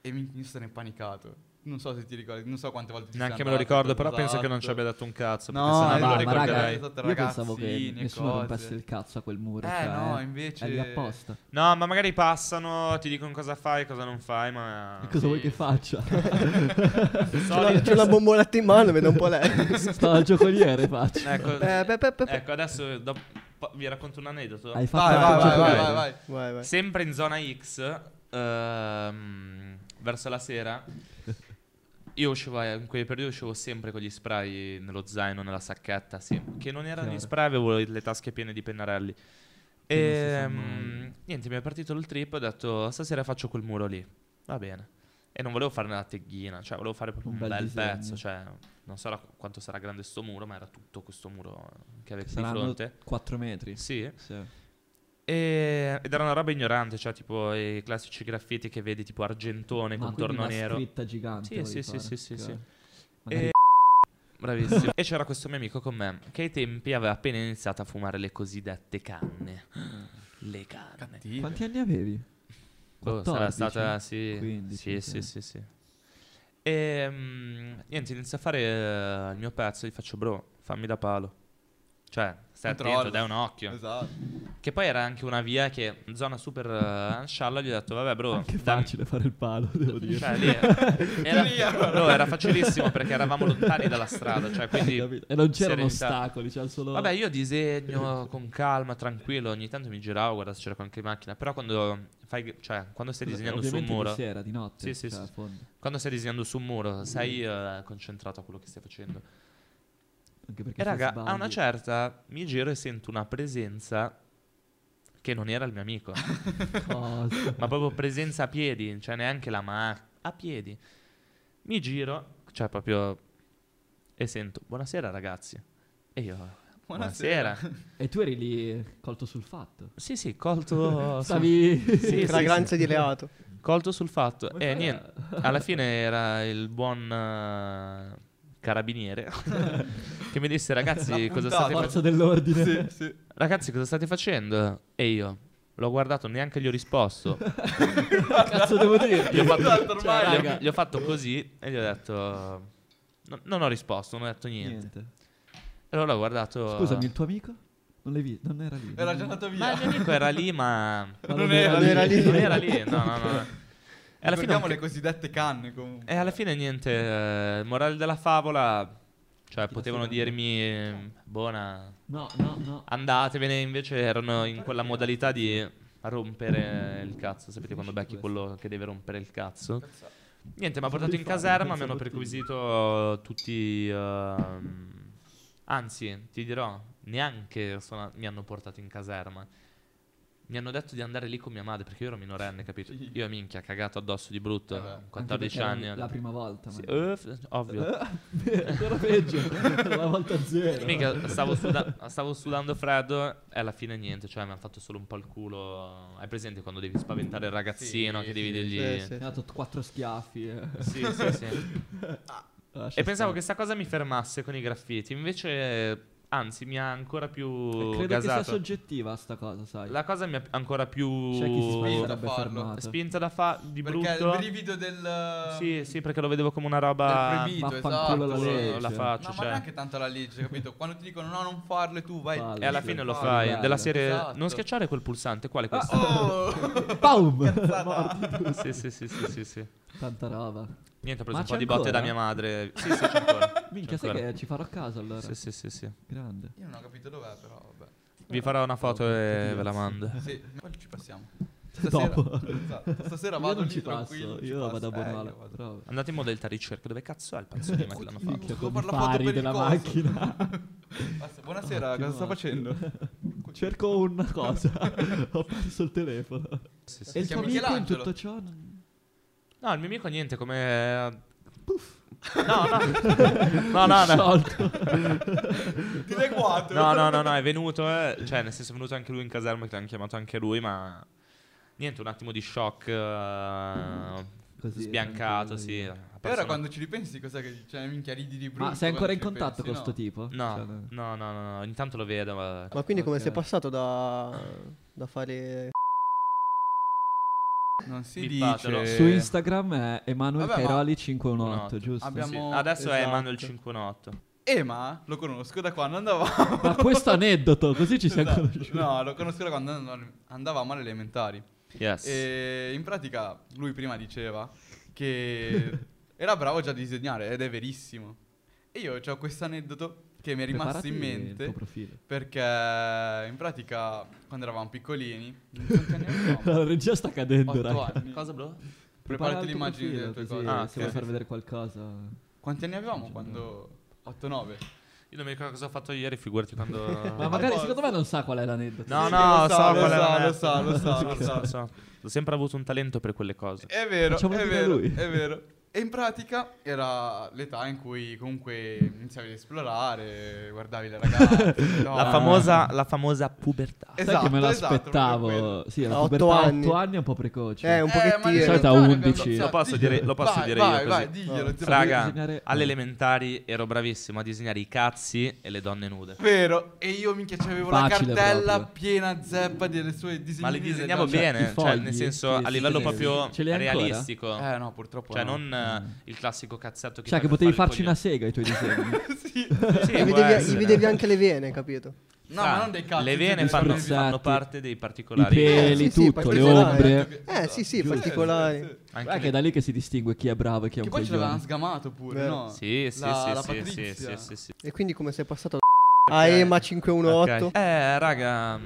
[SPEAKER 2] e minchia io sono impanicato. Non so se ti ricordi, non so quante volte ti sei
[SPEAKER 1] Neanche me lo
[SPEAKER 2] andato,
[SPEAKER 1] ricordo, però penso che non ci
[SPEAKER 2] esatto.
[SPEAKER 1] abbia dato un cazzo.
[SPEAKER 2] No,
[SPEAKER 1] perché se no
[SPEAKER 2] eh,
[SPEAKER 1] me
[SPEAKER 2] no,
[SPEAKER 1] lo
[SPEAKER 2] ma raga,
[SPEAKER 1] ricorderei.
[SPEAKER 2] esatto.
[SPEAKER 3] io pensavo che
[SPEAKER 2] ragazzini,
[SPEAKER 3] nessuno
[SPEAKER 2] cose.
[SPEAKER 3] rompesse il cazzo a quel muro.
[SPEAKER 2] Eh,
[SPEAKER 3] cioè,
[SPEAKER 2] no, invece-
[SPEAKER 3] È lì apposta.
[SPEAKER 1] No, ma magari passano, ti dicono cosa fai e cosa non fai,
[SPEAKER 2] Ah,
[SPEAKER 1] ma... Ecco,
[SPEAKER 3] Cosa
[SPEAKER 1] sì.
[SPEAKER 3] vuoi che faccia?
[SPEAKER 4] C'è la- c'è la bomboletta in mano, vedo un po' lei.
[SPEAKER 3] Sto al giocoliere faccio.
[SPEAKER 1] Ecco,
[SPEAKER 4] Eh, pe- pe- pe- pe-
[SPEAKER 1] ecco, adesso do- po- vi racconto un aneddoto.
[SPEAKER 3] Hai fatto
[SPEAKER 2] esatto. Vai,
[SPEAKER 3] anche
[SPEAKER 2] vai,
[SPEAKER 3] il
[SPEAKER 2] vai, vai,
[SPEAKER 3] giocoliere.
[SPEAKER 2] vai, vai.
[SPEAKER 4] Vai, vai.
[SPEAKER 1] Sempre in zona X, ehm, verso la sera, io uscivo, eh, in quei periodi uscivo sempre con gli spray nello zaino, nella sacchetta, sì, che non erano gli
[SPEAKER 3] Chiaro.
[SPEAKER 1] spray, avevo le tasche piene di pennarelli. E
[SPEAKER 3] Che non si sa mai.
[SPEAKER 1] mm, niente, mi è partito il trip, ho detto stasera faccio quel muro lì, va bene. E non volevo fare una teghina, cioè volevo fare proprio
[SPEAKER 3] Un
[SPEAKER 1] un,
[SPEAKER 3] bel
[SPEAKER 1] bel
[SPEAKER 3] disegno.
[SPEAKER 1] pezzo, cioè non so la- quanto sarà grande sto muro, ma era tutto questo muro che avete di
[SPEAKER 3] Saranno
[SPEAKER 1] fronte.
[SPEAKER 3] 4 metri.
[SPEAKER 1] Sì.
[SPEAKER 3] Sì.
[SPEAKER 1] E- ed era una roba ignorante, cioè tipo i classici graffiti che vedi tipo argentone,
[SPEAKER 3] Ma quindi
[SPEAKER 1] contorno
[SPEAKER 3] una
[SPEAKER 1] nero.
[SPEAKER 3] scritta gigante.
[SPEAKER 1] Sì,
[SPEAKER 3] volevi
[SPEAKER 1] sì, sì,
[SPEAKER 3] fare.
[SPEAKER 1] sì, sì,
[SPEAKER 3] Ok.
[SPEAKER 1] sì.
[SPEAKER 3] Magari
[SPEAKER 1] Bravissimo. e c'era questo mio amico con me che ai tempi aveva appena iniziato a fumare le cosiddette canne. Le canne.
[SPEAKER 2] Cattivo.
[SPEAKER 3] Quanti anni avevi?
[SPEAKER 1] Boh, sarà
[SPEAKER 3] 14?
[SPEAKER 1] stata sì,
[SPEAKER 3] 15,
[SPEAKER 1] sì,
[SPEAKER 3] ok.
[SPEAKER 1] sì, sì, sì. E mm, niente, inizio a fare eh, il mio pezzo, gli faccio bro, fammi da palo. Cioè, stai attento,
[SPEAKER 2] Controlla.
[SPEAKER 1] dai un occhio.
[SPEAKER 2] Esatto.
[SPEAKER 1] Che poi era anche una via che zona super eh, ancialla, gli ho detto "Vabbè, bro,
[SPEAKER 3] Anche
[SPEAKER 1] dammi-
[SPEAKER 3] facile fare il palo, devo dire.
[SPEAKER 1] Cioè, lì era, era- no, era facilissimo perché eravamo lontani dalla strada. Cioè, quindi.
[SPEAKER 3] Capito? e non c'erano
[SPEAKER 1] serenità.
[SPEAKER 3] ostacoli, c'era solo
[SPEAKER 1] Vabbè, io disegno con calma, tranquillo. Ogni tanto mi giravo, guarda se c'era qualche macchina. Però quando fai. Cioè, quando stai disegnando su un
[SPEAKER 3] Ovviamente
[SPEAKER 1] muro.
[SPEAKER 3] di sera, di notte,
[SPEAKER 1] Sì, sì,
[SPEAKER 3] cioè,
[SPEAKER 1] sì.
[SPEAKER 3] a fondo.
[SPEAKER 1] Quando stai disegnando su un muro, sei eh, concentrato a quello che stai facendo.
[SPEAKER 3] Anche perché
[SPEAKER 1] E
[SPEAKER 3] se
[SPEAKER 1] Eh, raga,
[SPEAKER 3] sbagli-
[SPEAKER 1] a una certa mi giro e sento una presenza che non era il mio amico.
[SPEAKER 3] cosa.
[SPEAKER 1] ma proprio presenza a piedi, cioè neanche la macchina, a piedi. Mi giro, cioè proprio, e sento, buonasera ragazzi. E io, buonasera.
[SPEAKER 2] Buonasera.
[SPEAKER 3] E tu eri lì colto sul fatto.
[SPEAKER 1] sì, sì, colto, sul-
[SPEAKER 3] Stavi
[SPEAKER 1] Sì, sì,
[SPEAKER 4] Fragranze di reato.
[SPEAKER 1] colto sul fatto.
[SPEAKER 3] Ma
[SPEAKER 1] e
[SPEAKER 3] era-
[SPEAKER 1] niente, alla fine era il buon eh, carabiniere che mi disse, ragazzi,
[SPEAKER 2] L'ha
[SPEAKER 1] cosa
[SPEAKER 2] puntato.
[SPEAKER 1] state,
[SPEAKER 2] Forza
[SPEAKER 1] fac-
[SPEAKER 3] forza dell'ordine.
[SPEAKER 2] Sì, sì.
[SPEAKER 1] ragazzi, cosa state facendo? E io... L'ho guardato, neanche gli ho risposto.
[SPEAKER 3] Cazzo devo dire?
[SPEAKER 1] Gli ho fatto-
[SPEAKER 2] Tanto ormai-
[SPEAKER 1] Gli ho,
[SPEAKER 3] raga.
[SPEAKER 1] gli ho fatto così e gli ho detto... "No- non ho risposto, non ho detto niente. Allora ho guardato.
[SPEAKER 3] Scusami, il tuo amico? Non l'hai visto? Non era lì.
[SPEAKER 2] Era già andato via.
[SPEAKER 1] Ma il mio amico era lì, ma.
[SPEAKER 3] Ma
[SPEAKER 2] non era- non era lì.
[SPEAKER 1] Non era lì, no, no, no. E alla fine,
[SPEAKER 2] Ricordiamo le cosiddette canne comunque.
[SPEAKER 1] e alla fine niente. eh, morale della favola. Cioè, potevano
[SPEAKER 3] frega?
[SPEAKER 1] dirmi. eh, Buona.
[SPEAKER 3] No, no, no.
[SPEAKER 1] Andatevene. Invece erano in quella modalità di rompere il cazzo. Sapete quando becchi quello che deve rompere il cazzo? Niente, mi ha portato in
[SPEAKER 3] Rifare,
[SPEAKER 1] caserma, mi
[SPEAKER 3] pensa
[SPEAKER 1] hanno
[SPEAKER 3] tutti.
[SPEAKER 1] perquisito tutti... ehm, anzi, ti dirò, neanche sono- mi hanno portato in caserma. Mi hanno detto di andare lì con mia madre, perché io ero minorenne, capito?
[SPEAKER 2] Sì. Eh
[SPEAKER 1] Io, minchia, cagato addosso di brutto,
[SPEAKER 2] Vabbè. Anche
[SPEAKER 1] 14
[SPEAKER 3] Anche perché
[SPEAKER 1] anni. eh.
[SPEAKER 3] era La prima volta.
[SPEAKER 1] Sì,
[SPEAKER 3] ma-
[SPEAKER 1] eh, f- ovvio.
[SPEAKER 3] Ancora peggio. La volta zero.
[SPEAKER 1] Mica, stavo, suda- stavo sudando freddo e alla fine niente, cioè mi hanno fatto solo un po' il culo. Hai presente quando devi spaventare il ragazzino
[SPEAKER 2] Sì,
[SPEAKER 1] che devi
[SPEAKER 2] sì,
[SPEAKER 1] dirgli...
[SPEAKER 4] sì,
[SPEAKER 3] Mi
[SPEAKER 4] sì.
[SPEAKER 3] ha dato quattro schiaffi. eh.
[SPEAKER 1] Sì, sì, sì.
[SPEAKER 3] Lascia
[SPEAKER 1] E pensavo
[SPEAKER 3] stare.
[SPEAKER 1] che sta cosa mi fermasse con i graffiti, invece Anzi, mi ha ancora più
[SPEAKER 3] Eh, credo che sia
[SPEAKER 1] gasato.
[SPEAKER 3] soggettiva sta cosa, sai.
[SPEAKER 1] La cosa mi ha ancora più
[SPEAKER 3] C'è chi si
[SPEAKER 2] spinge
[SPEAKER 1] spinta,
[SPEAKER 2] da
[SPEAKER 3] sarebbe
[SPEAKER 2] farlo.
[SPEAKER 3] fermato.
[SPEAKER 1] da fa di
[SPEAKER 2] Perché il
[SPEAKER 1] brutto.
[SPEAKER 2] brivido del...
[SPEAKER 1] Sì, sì, perché lo vedevo come una roba.
[SPEAKER 2] Del proibito,
[SPEAKER 3] Vaffanculo
[SPEAKER 2] esatto.
[SPEAKER 3] la legge.
[SPEAKER 1] La faccio,
[SPEAKER 2] No, ma
[SPEAKER 1] cioè.
[SPEAKER 2] neanche tanto la legge, capito? Quando ti dicono no, non farlo e tu vai...
[SPEAKER 3] Fallo,
[SPEAKER 1] E alla
[SPEAKER 3] sì,
[SPEAKER 1] fine lo
[SPEAKER 3] fallo,
[SPEAKER 1] fai.
[SPEAKER 3] bello.
[SPEAKER 1] Della serie.
[SPEAKER 2] Esatto.
[SPEAKER 1] Non schiacciare quel pulsante. Quale
[SPEAKER 3] Ah.
[SPEAKER 1] questo?
[SPEAKER 2] Oh!
[SPEAKER 3] Paum!
[SPEAKER 1] sì, sì, sì, sì, sì, sì.
[SPEAKER 3] Tanta roba.
[SPEAKER 1] Niente, ho preso
[SPEAKER 3] Ma
[SPEAKER 1] un po'
[SPEAKER 3] c'è
[SPEAKER 1] di botte
[SPEAKER 3] ancora?
[SPEAKER 1] da mia madre. Sì, sì, c'è ancora.
[SPEAKER 3] Minchia,
[SPEAKER 1] C'è
[SPEAKER 3] sai
[SPEAKER 1] ancora.
[SPEAKER 3] che ci farò a caso allora.
[SPEAKER 1] Sì, sì, sì, sì.
[SPEAKER 3] Grande.
[SPEAKER 2] Io non ho capito dov'è, però vabbè.
[SPEAKER 1] Vi farò
[SPEAKER 3] Oh,
[SPEAKER 1] una foto e
[SPEAKER 3] Oddio,
[SPEAKER 1] ve la
[SPEAKER 3] sì.
[SPEAKER 1] mando.
[SPEAKER 2] Sì, poi ci passiamo. Stasera,
[SPEAKER 3] Dopo.
[SPEAKER 2] esatto, stasera
[SPEAKER 3] io
[SPEAKER 2] vado
[SPEAKER 3] non
[SPEAKER 2] lì
[SPEAKER 3] ci passo,
[SPEAKER 2] tranquillo. ci
[SPEAKER 3] io
[SPEAKER 2] passo.
[SPEAKER 3] vado a
[SPEAKER 2] Eh,
[SPEAKER 3] Bornale.
[SPEAKER 2] io vado.
[SPEAKER 3] bravo.
[SPEAKER 1] Andate in modalità ricerca. Dove cazzo è il panzone che l'hanno fatto?
[SPEAKER 3] Minchia,
[SPEAKER 2] devo
[SPEAKER 3] con i
[SPEAKER 2] fare la foto per
[SPEAKER 3] fari
[SPEAKER 2] il
[SPEAKER 3] della
[SPEAKER 2] coso.
[SPEAKER 3] macchina.
[SPEAKER 2] Basta, Buonasera,
[SPEAKER 3] Attimo,
[SPEAKER 2] cosa sta
[SPEAKER 3] attimo.
[SPEAKER 2] facendo?
[SPEAKER 3] Cerco una cosa. Ho perso il telefono.
[SPEAKER 1] Sì, sì.
[SPEAKER 3] E il
[SPEAKER 2] Si
[SPEAKER 3] tuo amico
[SPEAKER 2] chiama
[SPEAKER 3] in
[SPEAKER 2] Michelangelo.
[SPEAKER 3] tutto ciò? non-
[SPEAKER 1] No, il mio amico niente, come... No, no. No, no, no.
[SPEAKER 3] Sciolto.
[SPEAKER 2] Ti leguato.
[SPEAKER 1] No, no, no, no, è venuto, eh. cioè nel senso è venuto anche lui in caserma che l'hanno chiamato anche lui, ma niente, un attimo di shock eh,
[SPEAKER 3] Così,
[SPEAKER 1] sbiancato,
[SPEAKER 3] tranquillo,
[SPEAKER 1] sì.
[SPEAKER 3] via.
[SPEAKER 1] ha
[SPEAKER 2] E
[SPEAKER 1] perso
[SPEAKER 2] ora
[SPEAKER 1] una-
[SPEAKER 2] quando ci ripensi cosa che cioè minchia ridi di brutto.
[SPEAKER 3] Ma sei ancora in
[SPEAKER 2] quando ci
[SPEAKER 3] contatto con
[SPEAKER 2] ripensi,
[SPEAKER 3] sto tipo? Cioè,
[SPEAKER 1] eh, No, no, no, no, no, intanto lo vedo, ma...
[SPEAKER 4] Ma quindi come
[SPEAKER 3] Ok.
[SPEAKER 4] sei passato da, da fare...
[SPEAKER 2] no? Non si
[SPEAKER 1] Bippatelo.
[SPEAKER 2] dice.
[SPEAKER 3] Su Instagram è Emanuel
[SPEAKER 2] Vabbè, ma-
[SPEAKER 3] Cairoli 518,
[SPEAKER 1] Abbiamo-
[SPEAKER 3] giusto?
[SPEAKER 1] Sì,
[SPEAKER 2] abbiamo-
[SPEAKER 1] adesso è
[SPEAKER 4] esatto.
[SPEAKER 1] Emanuel 518.
[SPEAKER 2] Ema lo conosco da quando andavamo.
[SPEAKER 3] Ma questo aneddoto, così ci siamo
[SPEAKER 2] Esatto.
[SPEAKER 3] conosciuti.
[SPEAKER 2] No, lo conosco da quando and- andavamo alle elementari.
[SPEAKER 1] Yes.
[SPEAKER 2] E in pratica lui prima diceva che era bravo già a disegnare ed è verissimo. E io ho questo aneddoto che mi è rimasto
[SPEAKER 3] Preparati
[SPEAKER 2] in
[SPEAKER 3] il
[SPEAKER 2] mente
[SPEAKER 3] tuo profilo.
[SPEAKER 2] perché in pratica quando eravamo piccolini, non so quanti anni avevamo?
[SPEAKER 3] La regia sta cadendo,
[SPEAKER 2] Otto
[SPEAKER 3] raga.
[SPEAKER 2] anni.
[SPEAKER 1] Cosa, bro?
[SPEAKER 3] Prepara
[SPEAKER 2] Preparati
[SPEAKER 3] il tuo
[SPEAKER 2] l'immagine
[SPEAKER 3] profilo,
[SPEAKER 2] delle tue
[SPEAKER 3] così,
[SPEAKER 2] cose.
[SPEAKER 1] Ah,
[SPEAKER 3] se
[SPEAKER 1] ok.
[SPEAKER 3] vuoi far vedere qualcosa.
[SPEAKER 2] Quanti anni avevamo quando 8-9?
[SPEAKER 1] Io non mi ricordo cosa ho fatto ieri, figurati quando...
[SPEAKER 3] Ma magari secondo me non sa qual è l'aneddoto.
[SPEAKER 1] No,
[SPEAKER 2] Sì,
[SPEAKER 1] no,
[SPEAKER 2] lo
[SPEAKER 1] so,
[SPEAKER 2] sa, lo
[SPEAKER 1] qual
[SPEAKER 2] sa,
[SPEAKER 1] era-
[SPEAKER 2] lo sa, lo sa,
[SPEAKER 1] so,
[SPEAKER 2] lo
[SPEAKER 1] so,
[SPEAKER 2] sa.
[SPEAKER 1] so. Ho sempre avuto un talento per quelle cose.
[SPEAKER 2] È vero,
[SPEAKER 3] Facciamolo
[SPEAKER 2] è
[SPEAKER 3] dire a
[SPEAKER 2] vero,
[SPEAKER 3] lui.
[SPEAKER 2] è vero. E in pratica era l'età in cui comunque iniziavi ad esplorare, guardavi le ragazze. no?
[SPEAKER 1] La famosa, la famosa pubertà.
[SPEAKER 2] Eh,
[SPEAKER 3] Sai che me
[SPEAKER 2] Esatto, esatto,
[SPEAKER 3] l'aspettavo.
[SPEAKER 2] proprio quello.
[SPEAKER 3] sì, la
[SPEAKER 4] A
[SPEAKER 3] pubertà
[SPEAKER 4] otto
[SPEAKER 3] a
[SPEAKER 4] anni.
[SPEAKER 3] 8 anni è un po' precoce.
[SPEAKER 4] Eh, un
[SPEAKER 2] ma alle
[SPEAKER 4] pochettino.
[SPEAKER 3] Solita
[SPEAKER 2] elementari
[SPEAKER 3] 11.
[SPEAKER 2] abbiamo-
[SPEAKER 1] Lo posso dire- lo posso
[SPEAKER 2] vai,
[SPEAKER 1] dire io
[SPEAKER 2] vai,
[SPEAKER 1] così.
[SPEAKER 2] Vai, diglielo.
[SPEAKER 4] No.
[SPEAKER 2] zio.
[SPEAKER 1] Raga,
[SPEAKER 3] disegnare-
[SPEAKER 1] alle elementari ero bravissimo a disegnare i cazzi e le donne nude.
[SPEAKER 2] Vero, e io minchia c'avevo la
[SPEAKER 3] Facile
[SPEAKER 2] cartella
[SPEAKER 3] proprio.
[SPEAKER 2] piena zeppa delle sue disegni.
[SPEAKER 1] Ma li
[SPEAKER 2] di-
[SPEAKER 1] disegniamo
[SPEAKER 2] no, cioè-
[SPEAKER 1] bene,
[SPEAKER 3] i
[SPEAKER 1] cioè,
[SPEAKER 3] fogli,
[SPEAKER 1] nel senso
[SPEAKER 3] sì,
[SPEAKER 1] a
[SPEAKER 3] sì,
[SPEAKER 1] livello
[SPEAKER 3] sì,
[SPEAKER 1] proprio
[SPEAKER 3] sì. Ce li hai ancora?
[SPEAKER 1] realistico.
[SPEAKER 2] Eh no, purtroppo
[SPEAKER 1] Cioè,
[SPEAKER 2] no.
[SPEAKER 1] non eh, il classico cazzetto che fai
[SPEAKER 3] Cioè, che
[SPEAKER 1] per
[SPEAKER 3] potevi
[SPEAKER 1] fare il
[SPEAKER 3] farci una sega ai tuoi disegni.
[SPEAKER 2] sì.
[SPEAKER 1] coglione. Sì,
[SPEAKER 4] Gli
[SPEAKER 1] può
[SPEAKER 4] vedevi, gli
[SPEAKER 1] essere.
[SPEAKER 4] vedevi anche le vene, capito?
[SPEAKER 2] No,
[SPEAKER 1] Ah,
[SPEAKER 2] ma non dei cazzo.
[SPEAKER 1] Le
[SPEAKER 2] zio,
[SPEAKER 1] vene
[SPEAKER 2] dei
[SPEAKER 1] fanno,
[SPEAKER 2] pezzi.
[SPEAKER 3] Esatto.
[SPEAKER 1] fanno parte dei
[SPEAKER 3] I
[SPEAKER 1] particolari.
[SPEAKER 3] peli,
[SPEAKER 4] Eh, sì, sì,
[SPEAKER 3] tutto, le
[SPEAKER 4] particolari.
[SPEAKER 3] ombre.
[SPEAKER 4] Eh, sì, sì,
[SPEAKER 2] Giusto.
[SPEAKER 4] particolari.
[SPEAKER 1] Anche
[SPEAKER 3] Guarda che
[SPEAKER 1] le-
[SPEAKER 3] è da lì che si distingue chi è bravo e chi è
[SPEAKER 2] Che
[SPEAKER 3] un
[SPEAKER 2] poi ce l'avevano
[SPEAKER 3] coglione.
[SPEAKER 2] sgamato pure,
[SPEAKER 4] Vero.
[SPEAKER 2] no?
[SPEAKER 1] Sì, sì,
[SPEAKER 2] La-
[SPEAKER 1] sì, sì,
[SPEAKER 2] la
[SPEAKER 1] sì,
[SPEAKER 2] Patrizia.
[SPEAKER 1] sì, sì, sì.
[SPEAKER 4] E quindi come sei passato da a EMA 518?
[SPEAKER 1] Ok. Eh, raga,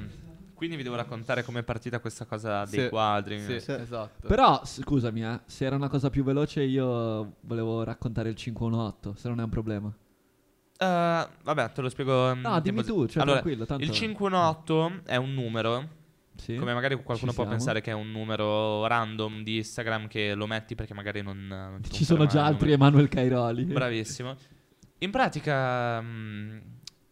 [SPEAKER 1] quindi vi devo raccontare com'è partita questa cosa dei
[SPEAKER 2] Sì,
[SPEAKER 1] quadri.
[SPEAKER 2] Sì,
[SPEAKER 4] Sì.
[SPEAKER 2] esatto.
[SPEAKER 3] Però, scusami, eh, se era una cosa più veloce io volevo raccontare il 518, se non è un problema.
[SPEAKER 1] Mm, Eh, vabbè, te lo spiego. mm,
[SPEAKER 3] No, dimmi
[SPEAKER 1] tempo-
[SPEAKER 3] tu, cioè,
[SPEAKER 1] allora,
[SPEAKER 3] tranquillo, tanto-
[SPEAKER 1] Il 518 è un numero.
[SPEAKER 3] Sì?
[SPEAKER 1] Come magari qualcuno
[SPEAKER 3] Ci
[SPEAKER 1] può
[SPEAKER 3] siamo.
[SPEAKER 1] pensare che è un numero random di Instagram che lo metti perché magari non. non ti
[SPEAKER 3] Ci sono
[SPEAKER 1] conferma il
[SPEAKER 3] già altri
[SPEAKER 1] numero.
[SPEAKER 3] Emanuel Cairoli.
[SPEAKER 1] Bravissimo. In pratica, mm,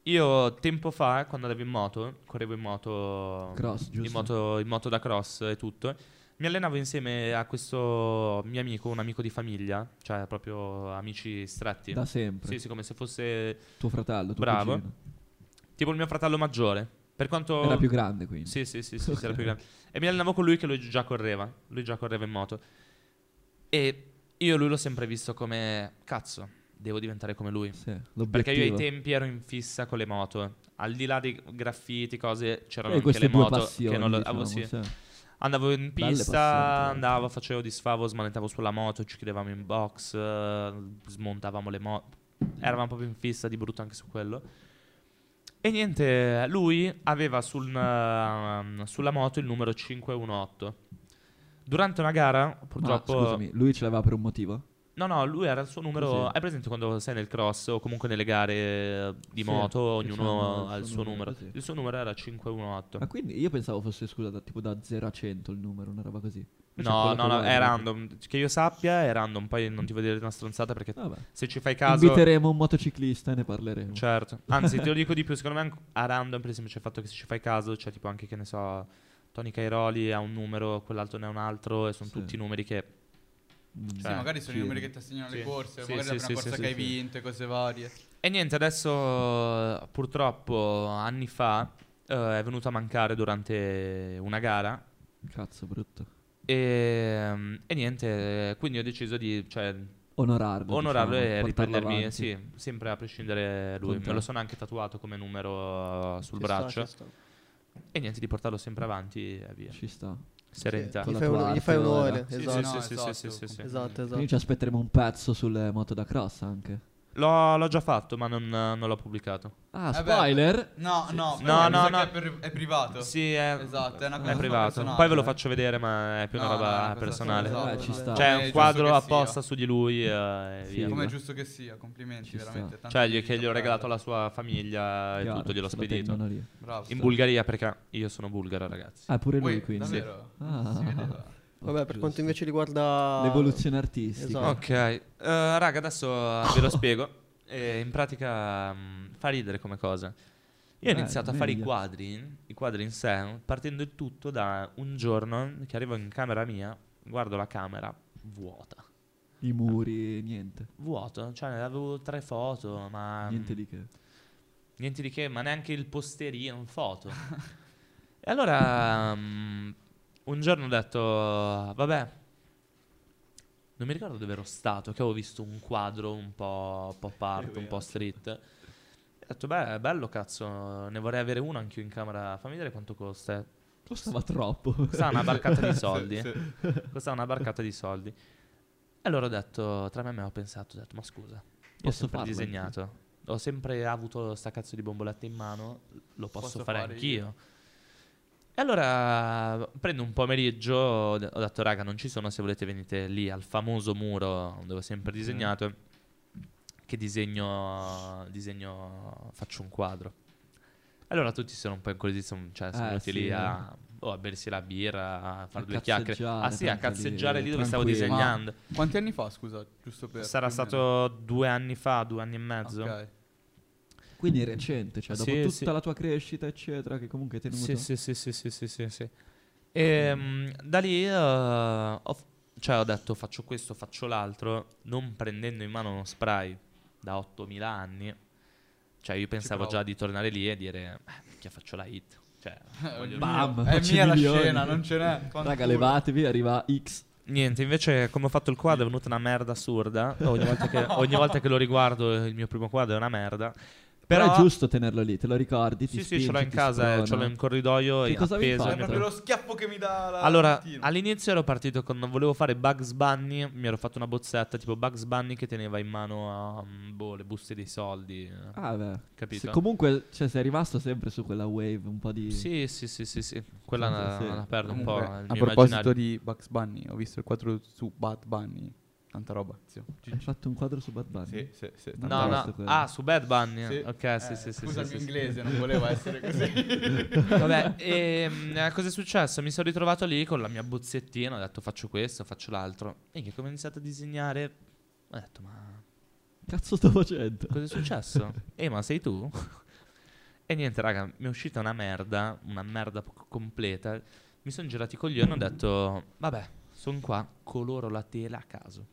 [SPEAKER 1] io tempo fa, quando andavo in moto, correvo in moto.
[SPEAKER 3] Cross,
[SPEAKER 1] in
[SPEAKER 3] giusto.
[SPEAKER 1] moto, in moto da cross e tutto. Mi allenavo insieme a questo mio amico, un amico di famiglia, cioè proprio amici stretti.
[SPEAKER 3] Da sempre.
[SPEAKER 1] Sì, sì, come se fosse
[SPEAKER 3] Tuo fratello, tuo
[SPEAKER 1] Bravo.
[SPEAKER 3] cugino.
[SPEAKER 1] tipo il mio fratello maggiore. Per quanto
[SPEAKER 3] Era più grande, quindi.
[SPEAKER 1] Sì, sì, sì, sì, sì, era più grande. E mi allenavo con lui che lui già correva, lui già correva in moto. E io lui l'ho sempre visto come cazzo, devo diventare come lui.
[SPEAKER 3] Sì, l'obiettivo.
[SPEAKER 1] Perché io ai tempi ero in fissa con le moto. Al di là dei graffiti, cose, c'erano
[SPEAKER 3] E
[SPEAKER 1] anche
[SPEAKER 3] Eh, queste
[SPEAKER 1] le
[SPEAKER 3] due
[SPEAKER 1] moto
[SPEAKER 3] passioni,
[SPEAKER 1] che non lo
[SPEAKER 3] diciamo,
[SPEAKER 1] avevo, sì.
[SPEAKER 3] sì.
[SPEAKER 1] Andavo in
[SPEAKER 3] Belle
[SPEAKER 1] pista,
[SPEAKER 3] passioni.
[SPEAKER 1] andavo, facevo di sfavo, smanettavo sulla moto, ci chiedevamo in box, eh, smontavamo le moto. Eravamo proprio in fissa di brutto anche su quello. E niente, lui aveva sul, ehm, sulla moto il numero 518. Durante una gara, purtroppo...
[SPEAKER 3] Ma, scusami, lui ce l'aveva per un motivo?
[SPEAKER 1] No, no, lui era il suo numero...
[SPEAKER 3] Così.
[SPEAKER 1] Hai presente quando sei nel cross o comunque nelle gare di
[SPEAKER 3] Sì,
[SPEAKER 1] moto,
[SPEAKER 3] che
[SPEAKER 1] ognuno
[SPEAKER 3] c'hanno
[SPEAKER 1] ha il suo numero.
[SPEAKER 3] così.
[SPEAKER 1] Il suo numero era 518.
[SPEAKER 3] Ma quindi io pensavo fosse, scusa, da- tipo da 0 a 100 il numero, una roba così. Invece
[SPEAKER 1] No,
[SPEAKER 3] quello
[SPEAKER 1] no,
[SPEAKER 3] che
[SPEAKER 1] no,
[SPEAKER 3] vuoi,
[SPEAKER 1] è
[SPEAKER 3] proprio.
[SPEAKER 1] random. Che io sappia è random, poi non ti voglio dire una stronzata perché
[SPEAKER 3] Vabbè.
[SPEAKER 1] se ci fai caso...
[SPEAKER 3] Ah. Inviteremo un motociclista e ne parleremo.
[SPEAKER 1] Certo. Anzi, te lo dico di più, secondo me anc- a random per il semplice fatto che se ci fai caso, c'è tipo anche che ne so, Tony Cairoli ha un numero, quell'altro ne ha un altro e sono
[SPEAKER 3] Sì.
[SPEAKER 1] tutti numeri che...
[SPEAKER 3] Mm.
[SPEAKER 1] Cioè,
[SPEAKER 2] Sì, magari sono i
[SPEAKER 3] sì.
[SPEAKER 2] numeri che ti assegnano
[SPEAKER 1] Sì.
[SPEAKER 2] le corse,
[SPEAKER 1] Sì,
[SPEAKER 2] magari
[SPEAKER 1] sì,
[SPEAKER 2] la
[SPEAKER 1] sì,
[SPEAKER 2] prima corsa
[SPEAKER 1] sì,
[SPEAKER 2] che
[SPEAKER 1] sì,
[SPEAKER 2] hai
[SPEAKER 1] sì.
[SPEAKER 2] vinto e cose varie.
[SPEAKER 1] E niente, adesso purtroppo anni fa eh, è venuto a mancare durante una gara
[SPEAKER 3] Cazzo, brutto.
[SPEAKER 1] e, mm, e niente, eh, quindi ho deciso di cioè,
[SPEAKER 3] Onorarlo.
[SPEAKER 1] onorarlo
[SPEAKER 3] diciamo,
[SPEAKER 1] e
[SPEAKER 3] portarlo
[SPEAKER 1] riprendermi,
[SPEAKER 3] avanti.
[SPEAKER 1] sì, sempre a prescindere lui.
[SPEAKER 3] Con te.
[SPEAKER 1] Me lo sono anche tatuato come numero eh, sul
[SPEAKER 4] Ci sta,
[SPEAKER 1] braccio
[SPEAKER 4] ci sta.
[SPEAKER 1] e niente, di portarlo sempre avanti e via.
[SPEAKER 3] Ci sta.
[SPEAKER 1] Serenità.
[SPEAKER 3] Con
[SPEAKER 4] Gli
[SPEAKER 3] la
[SPEAKER 4] fai,
[SPEAKER 3] tua
[SPEAKER 4] un, gli
[SPEAKER 3] arte
[SPEAKER 4] fai un
[SPEAKER 3] ora.
[SPEAKER 4] onore,
[SPEAKER 1] Sì, sì,
[SPEAKER 4] esatto.
[SPEAKER 2] no,
[SPEAKER 1] sì,
[SPEAKER 2] esatto,
[SPEAKER 1] sì, sì, sì.
[SPEAKER 4] Esatto,
[SPEAKER 3] Quindi
[SPEAKER 4] esatto.
[SPEAKER 3] ci aspetteremo un pezzo sulle moto da cross anche.
[SPEAKER 1] L'ho, l'ho già fatto, ma non, uh, non l'ho pubblicato.
[SPEAKER 3] Ah,
[SPEAKER 2] Eh beh,
[SPEAKER 3] spoiler.
[SPEAKER 2] No,
[SPEAKER 1] No,
[SPEAKER 2] no, perché
[SPEAKER 1] no,
[SPEAKER 2] mi
[SPEAKER 1] no.
[SPEAKER 2] sa che È, per- è privato.
[SPEAKER 1] Sì, è,
[SPEAKER 2] Esatto, è una cosa
[SPEAKER 1] privato.
[SPEAKER 2] personale.
[SPEAKER 1] Poi ve lo faccio vedere, ma è più
[SPEAKER 2] No,
[SPEAKER 1] una
[SPEAKER 2] no, è
[SPEAKER 1] roba
[SPEAKER 2] una cosa
[SPEAKER 1] personale.
[SPEAKER 2] esatto,
[SPEAKER 3] Eh, ci sta.
[SPEAKER 2] esatto.
[SPEAKER 1] Cioè, è
[SPEAKER 2] Come è
[SPEAKER 1] un
[SPEAKER 2] giusto che
[SPEAKER 1] quadro
[SPEAKER 2] sia.
[SPEAKER 1] apposta su di lui eh, e
[SPEAKER 3] Sì,
[SPEAKER 1] via.
[SPEAKER 3] ma-
[SPEAKER 2] Come è giusto che sia, complimenti,
[SPEAKER 3] Ci sta.
[SPEAKER 2] veramente. tanto
[SPEAKER 1] Cioè, gli- che
[SPEAKER 2] merito,
[SPEAKER 1] gli ho regalato
[SPEAKER 2] bravo.
[SPEAKER 1] la sua famiglia e
[SPEAKER 3] Chiaro,
[SPEAKER 1] tutto, gliel'ho
[SPEAKER 3] se lo tengono
[SPEAKER 1] spedito.
[SPEAKER 3] lì.
[SPEAKER 2] Bravo.
[SPEAKER 1] In Bulgaria, perché io sono bulgaro, ragazzi.
[SPEAKER 3] Ah, pure lui,
[SPEAKER 2] Ui,
[SPEAKER 3] quindi.
[SPEAKER 2] Davvero?
[SPEAKER 3] Ah.
[SPEAKER 2] Si vedeva.
[SPEAKER 4] Vabbè, per quanto
[SPEAKER 3] Giusto.
[SPEAKER 4] invece riguarda
[SPEAKER 3] L'evoluzione artistica.
[SPEAKER 4] Esatto.
[SPEAKER 1] Ok, eh, raga, adesso ve lo spiego. Eh, in pratica mh, fa ridere come cosa. Io ho
[SPEAKER 3] Beh,
[SPEAKER 1] iniziato a fare i
[SPEAKER 3] Eh, meglio.
[SPEAKER 1] quadri, i quadri in sé, partendo il tutto da un giorno che arrivo in camera mia, guardo la camera vuota.
[SPEAKER 3] I muri, niente.
[SPEAKER 1] Vuoto, cioè avevo tre foto, ma... mm,
[SPEAKER 3] Niente di che.
[SPEAKER 1] Niente di che, ma neanche il posterino, foto. e allora mm, un giorno ho detto, vabbè, non mi ricordo dove ero stato, che avevo visto un quadro un po' pop art, un po' street. E ho detto, beh, bello cazzo, ne vorrei avere uno anch'io in camera, fammi vedere quanto costa.
[SPEAKER 3] Costava troppo.
[SPEAKER 1] Costa una barcata di soldi.
[SPEAKER 2] Sì, sì.
[SPEAKER 1] Costa una barcata di soldi. E allora ho detto, tra me e me ho pensato, ho detto, ma scusa, io ho
[SPEAKER 3] Posso
[SPEAKER 1] sempre
[SPEAKER 3] farlo
[SPEAKER 1] disegnato. Ho sempre avuto sta cazzo di bomboletta in mano, lo posso,
[SPEAKER 2] Posso
[SPEAKER 1] fare,
[SPEAKER 2] fare
[SPEAKER 1] anch'io. E allora prendo un pomeriggio, ho de- ho detto raga non ci sono, se volete venite lì al famoso muro dove ho sempre
[SPEAKER 3] Mm.
[SPEAKER 1] disegnato, che disegno, disegno, faccio un quadro. Allora tutti sono un po' incuriositi, son- cioè sono
[SPEAKER 3] Eh,
[SPEAKER 1] venuti
[SPEAKER 3] sì,
[SPEAKER 1] lì
[SPEAKER 3] eh.
[SPEAKER 1] a, o a bersi la birra, a fare
[SPEAKER 3] A
[SPEAKER 1] due chiacchiere.
[SPEAKER 3] cazzeggiare,
[SPEAKER 1] Ah sì, a
[SPEAKER 3] tanto lì,
[SPEAKER 1] cazzeggiare lì dove stavo
[SPEAKER 3] tranquillo.
[SPEAKER 1] disegnando.
[SPEAKER 2] Quanti anni fa, scusa? Giusto per...
[SPEAKER 1] Sarà
[SPEAKER 2] più o
[SPEAKER 1] stato due anni fa, due anni e mezzo.
[SPEAKER 2] meno. Ok.
[SPEAKER 3] Quindi è recente, cioè dopo
[SPEAKER 1] Sì,
[SPEAKER 3] tutta
[SPEAKER 1] sì.
[SPEAKER 3] la tua crescita, eccetera, che comunque hai tenuto.
[SPEAKER 1] Sì, sì, sì, sì, sì, sì, sì, sì. E, mm, da lì eh, ho, f- cioè, ho detto faccio questo, faccio l'altro, non prendendo in mano uno spray da 8000 anni. Cioè io pensavo
[SPEAKER 2] provo.
[SPEAKER 1] già di tornare lì e dire, eh, che faccio la hit. Cioè, voglio-
[SPEAKER 3] Bam,
[SPEAKER 2] È
[SPEAKER 3] faccio
[SPEAKER 2] mia la
[SPEAKER 3] milioni.
[SPEAKER 2] scena, non ce n'è.
[SPEAKER 3] Raga, levatevi, arriva X.
[SPEAKER 1] Niente, invece come ho fatto il quadro è venuta una merda assurda. Ogni volta che, ogni volta che lo riguardo eh, il mio primo quadro è una merda.
[SPEAKER 3] Però,
[SPEAKER 1] Però,
[SPEAKER 3] è giusto tenerlo lì, te lo ricordi, ti
[SPEAKER 1] Sì, sì, ce l'ho
[SPEAKER 3] spingi,
[SPEAKER 1] in
[SPEAKER 3] ti
[SPEAKER 1] casa, eh, ce
[SPEAKER 3] sprona.
[SPEAKER 1] l'ho in corridoio
[SPEAKER 3] Che
[SPEAKER 1] e
[SPEAKER 3] cosa vi
[SPEAKER 1] appeso.
[SPEAKER 3] fate?
[SPEAKER 1] e
[SPEAKER 2] È
[SPEAKER 1] metto-
[SPEAKER 2] proprio lo schiaffo che mi dà la...
[SPEAKER 1] Allora,
[SPEAKER 2] mattina.
[SPEAKER 1] all'inizio ero partito con. Volevo fare Bugs Bunny. Mi ero fatto una bozzetta tipo Bugs Bunny che teneva in mano um, boh, le buste dei soldi. eh,
[SPEAKER 3] Ah, beh.
[SPEAKER 1] capito?
[SPEAKER 3] Se comunque, cioè, sei rimasto sempre su quella wave un po' di...
[SPEAKER 1] sì, sì, sì, sì, sì. Quella la,
[SPEAKER 3] Sì, sì.
[SPEAKER 1] la perdo
[SPEAKER 2] Comunque,
[SPEAKER 1] un po'. il
[SPEAKER 2] a
[SPEAKER 1] mio
[SPEAKER 2] proposito
[SPEAKER 1] immaginario.
[SPEAKER 2] di Bugs Bunny, ho visto il quadro su Bad Bunny. Tanta roba, zio.
[SPEAKER 3] Hai fatto un quadro su Bad Bunny?
[SPEAKER 2] Sì, sì, sì.
[SPEAKER 3] No,
[SPEAKER 2] tanta
[SPEAKER 1] No,
[SPEAKER 2] roba.
[SPEAKER 3] Basta
[SPEAKER 1] no.
[SPEAKER 3] quello.
[SPEAKER 1] Ah, su Bad Bunny.
[SPEAKER 2] Eh, Sì.
[SPEAKER 1] Ok, sì, sì, sì. sì,
[SPEAKER 2] Scusa il mio
[SPEAKER 1] sì, sì.
[SPEAKER 2] inglese, non voleva essere così.
[SPEAKER 1] Vabbè, ehm, eh, cosa è successo? Mi sono ritrovato lì con la mia bozzettina, ho detto faccio questo, faccio l'altro. E che ho cominciato a disegnare, ho detto ma
[SPEAKER 3] Cazzo sto facendo?
[SPEAKER 1] Cosa è successo? eh, ma sei tu? e niente, raga, mi è uscita una merda, una merda poco completa. Mi sono girati i coglioni e ho detto, vabbè, sono qua, coloro la tela a caso.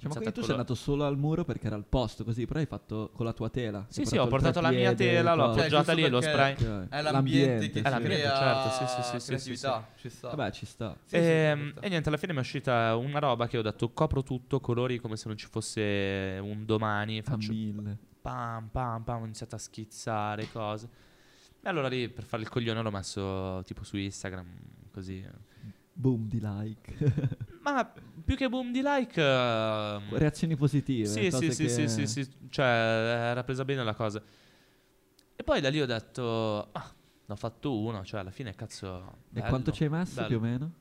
[SPEAKER 3] Cioè, ma
[SPEAKER 1] Pensate
[SPEAKER 3] quindi
[SPEAKER 1] a
[SPEAKER 3] tu sei
[SPEAKER 1] color-
[SPEAKER 3] andato solo al muro perché era al posto così, però hai fatto con la tua tela.
[SPEAKER 1] Sì,
[SPEAKER 3] Hai
[SPEAKER 1] sì, ho portato
[SPEAKER 3] il
[SPEAKER 1] la mia
[SPEAKER 3] treppiede,
[SPEAKER 1] tela, l'ho
[SPEAKER 3] cose.
[SPEAKER 2] Cioè,
[SPEAKER 1] appoggiata lì,
[SPEAKER 2] giusto
[SPEAKER 1] lo
[SPEAKER 2] perché-
[SPEAKER 1] spray.
[SPEAKER 3] Ok.
[SPEAKER 2] È l'ambiente che
[SPEAKER 1] È
[SPEAKER 2] ci
[SPEAKER 1] l'ambiente,
[SPEAKER 2] crea
[SPEAKER 1] certo, sì, sì, sì, sì,
[SPEAKER 2] creatività, ci sta.
[SPEAKER 3] Vabbè, ci sta.
[SPEAKER 2] Sì, sì,
[SPEAKER 1] Ehm,
[SPEAKER 3] certo.
[SPEAKER 2] sì, ci sta.
[SPEAKER 1] e niente, alla fine mi è uscita una roba che ho detto, copro tutto, colori come se non ci fosse un domani,
[SPEAKER 3] A
[SPEAKER 1] faccio
[SPEAKER 3] mille.
[SPEAKER 1] pam pam pam, ho iniziato a schizzare cose. E allora lì per fare il coglione l'ho messo tipo su Instagram, così.
[SPEAKER 3] Boom di like.
[SPEAKER 1] Ma più che boom di like... ehm,
[SPEAKER 3] Reazioni positive.
[SPEAKER 1] sì, sì,
[SPEAKER 3] eh, cose
[SPEAKER 1] sì,
[SPEAKER 3] che-
[SPEAKER 1] sì, sì, sì, cioè era presa bene la cosa. E poi da lì ho detto, ah, ne ho fatto uno, cioè alla fine cazzo...
[SPEAKER 3] E quanto ci hai messo più o meno?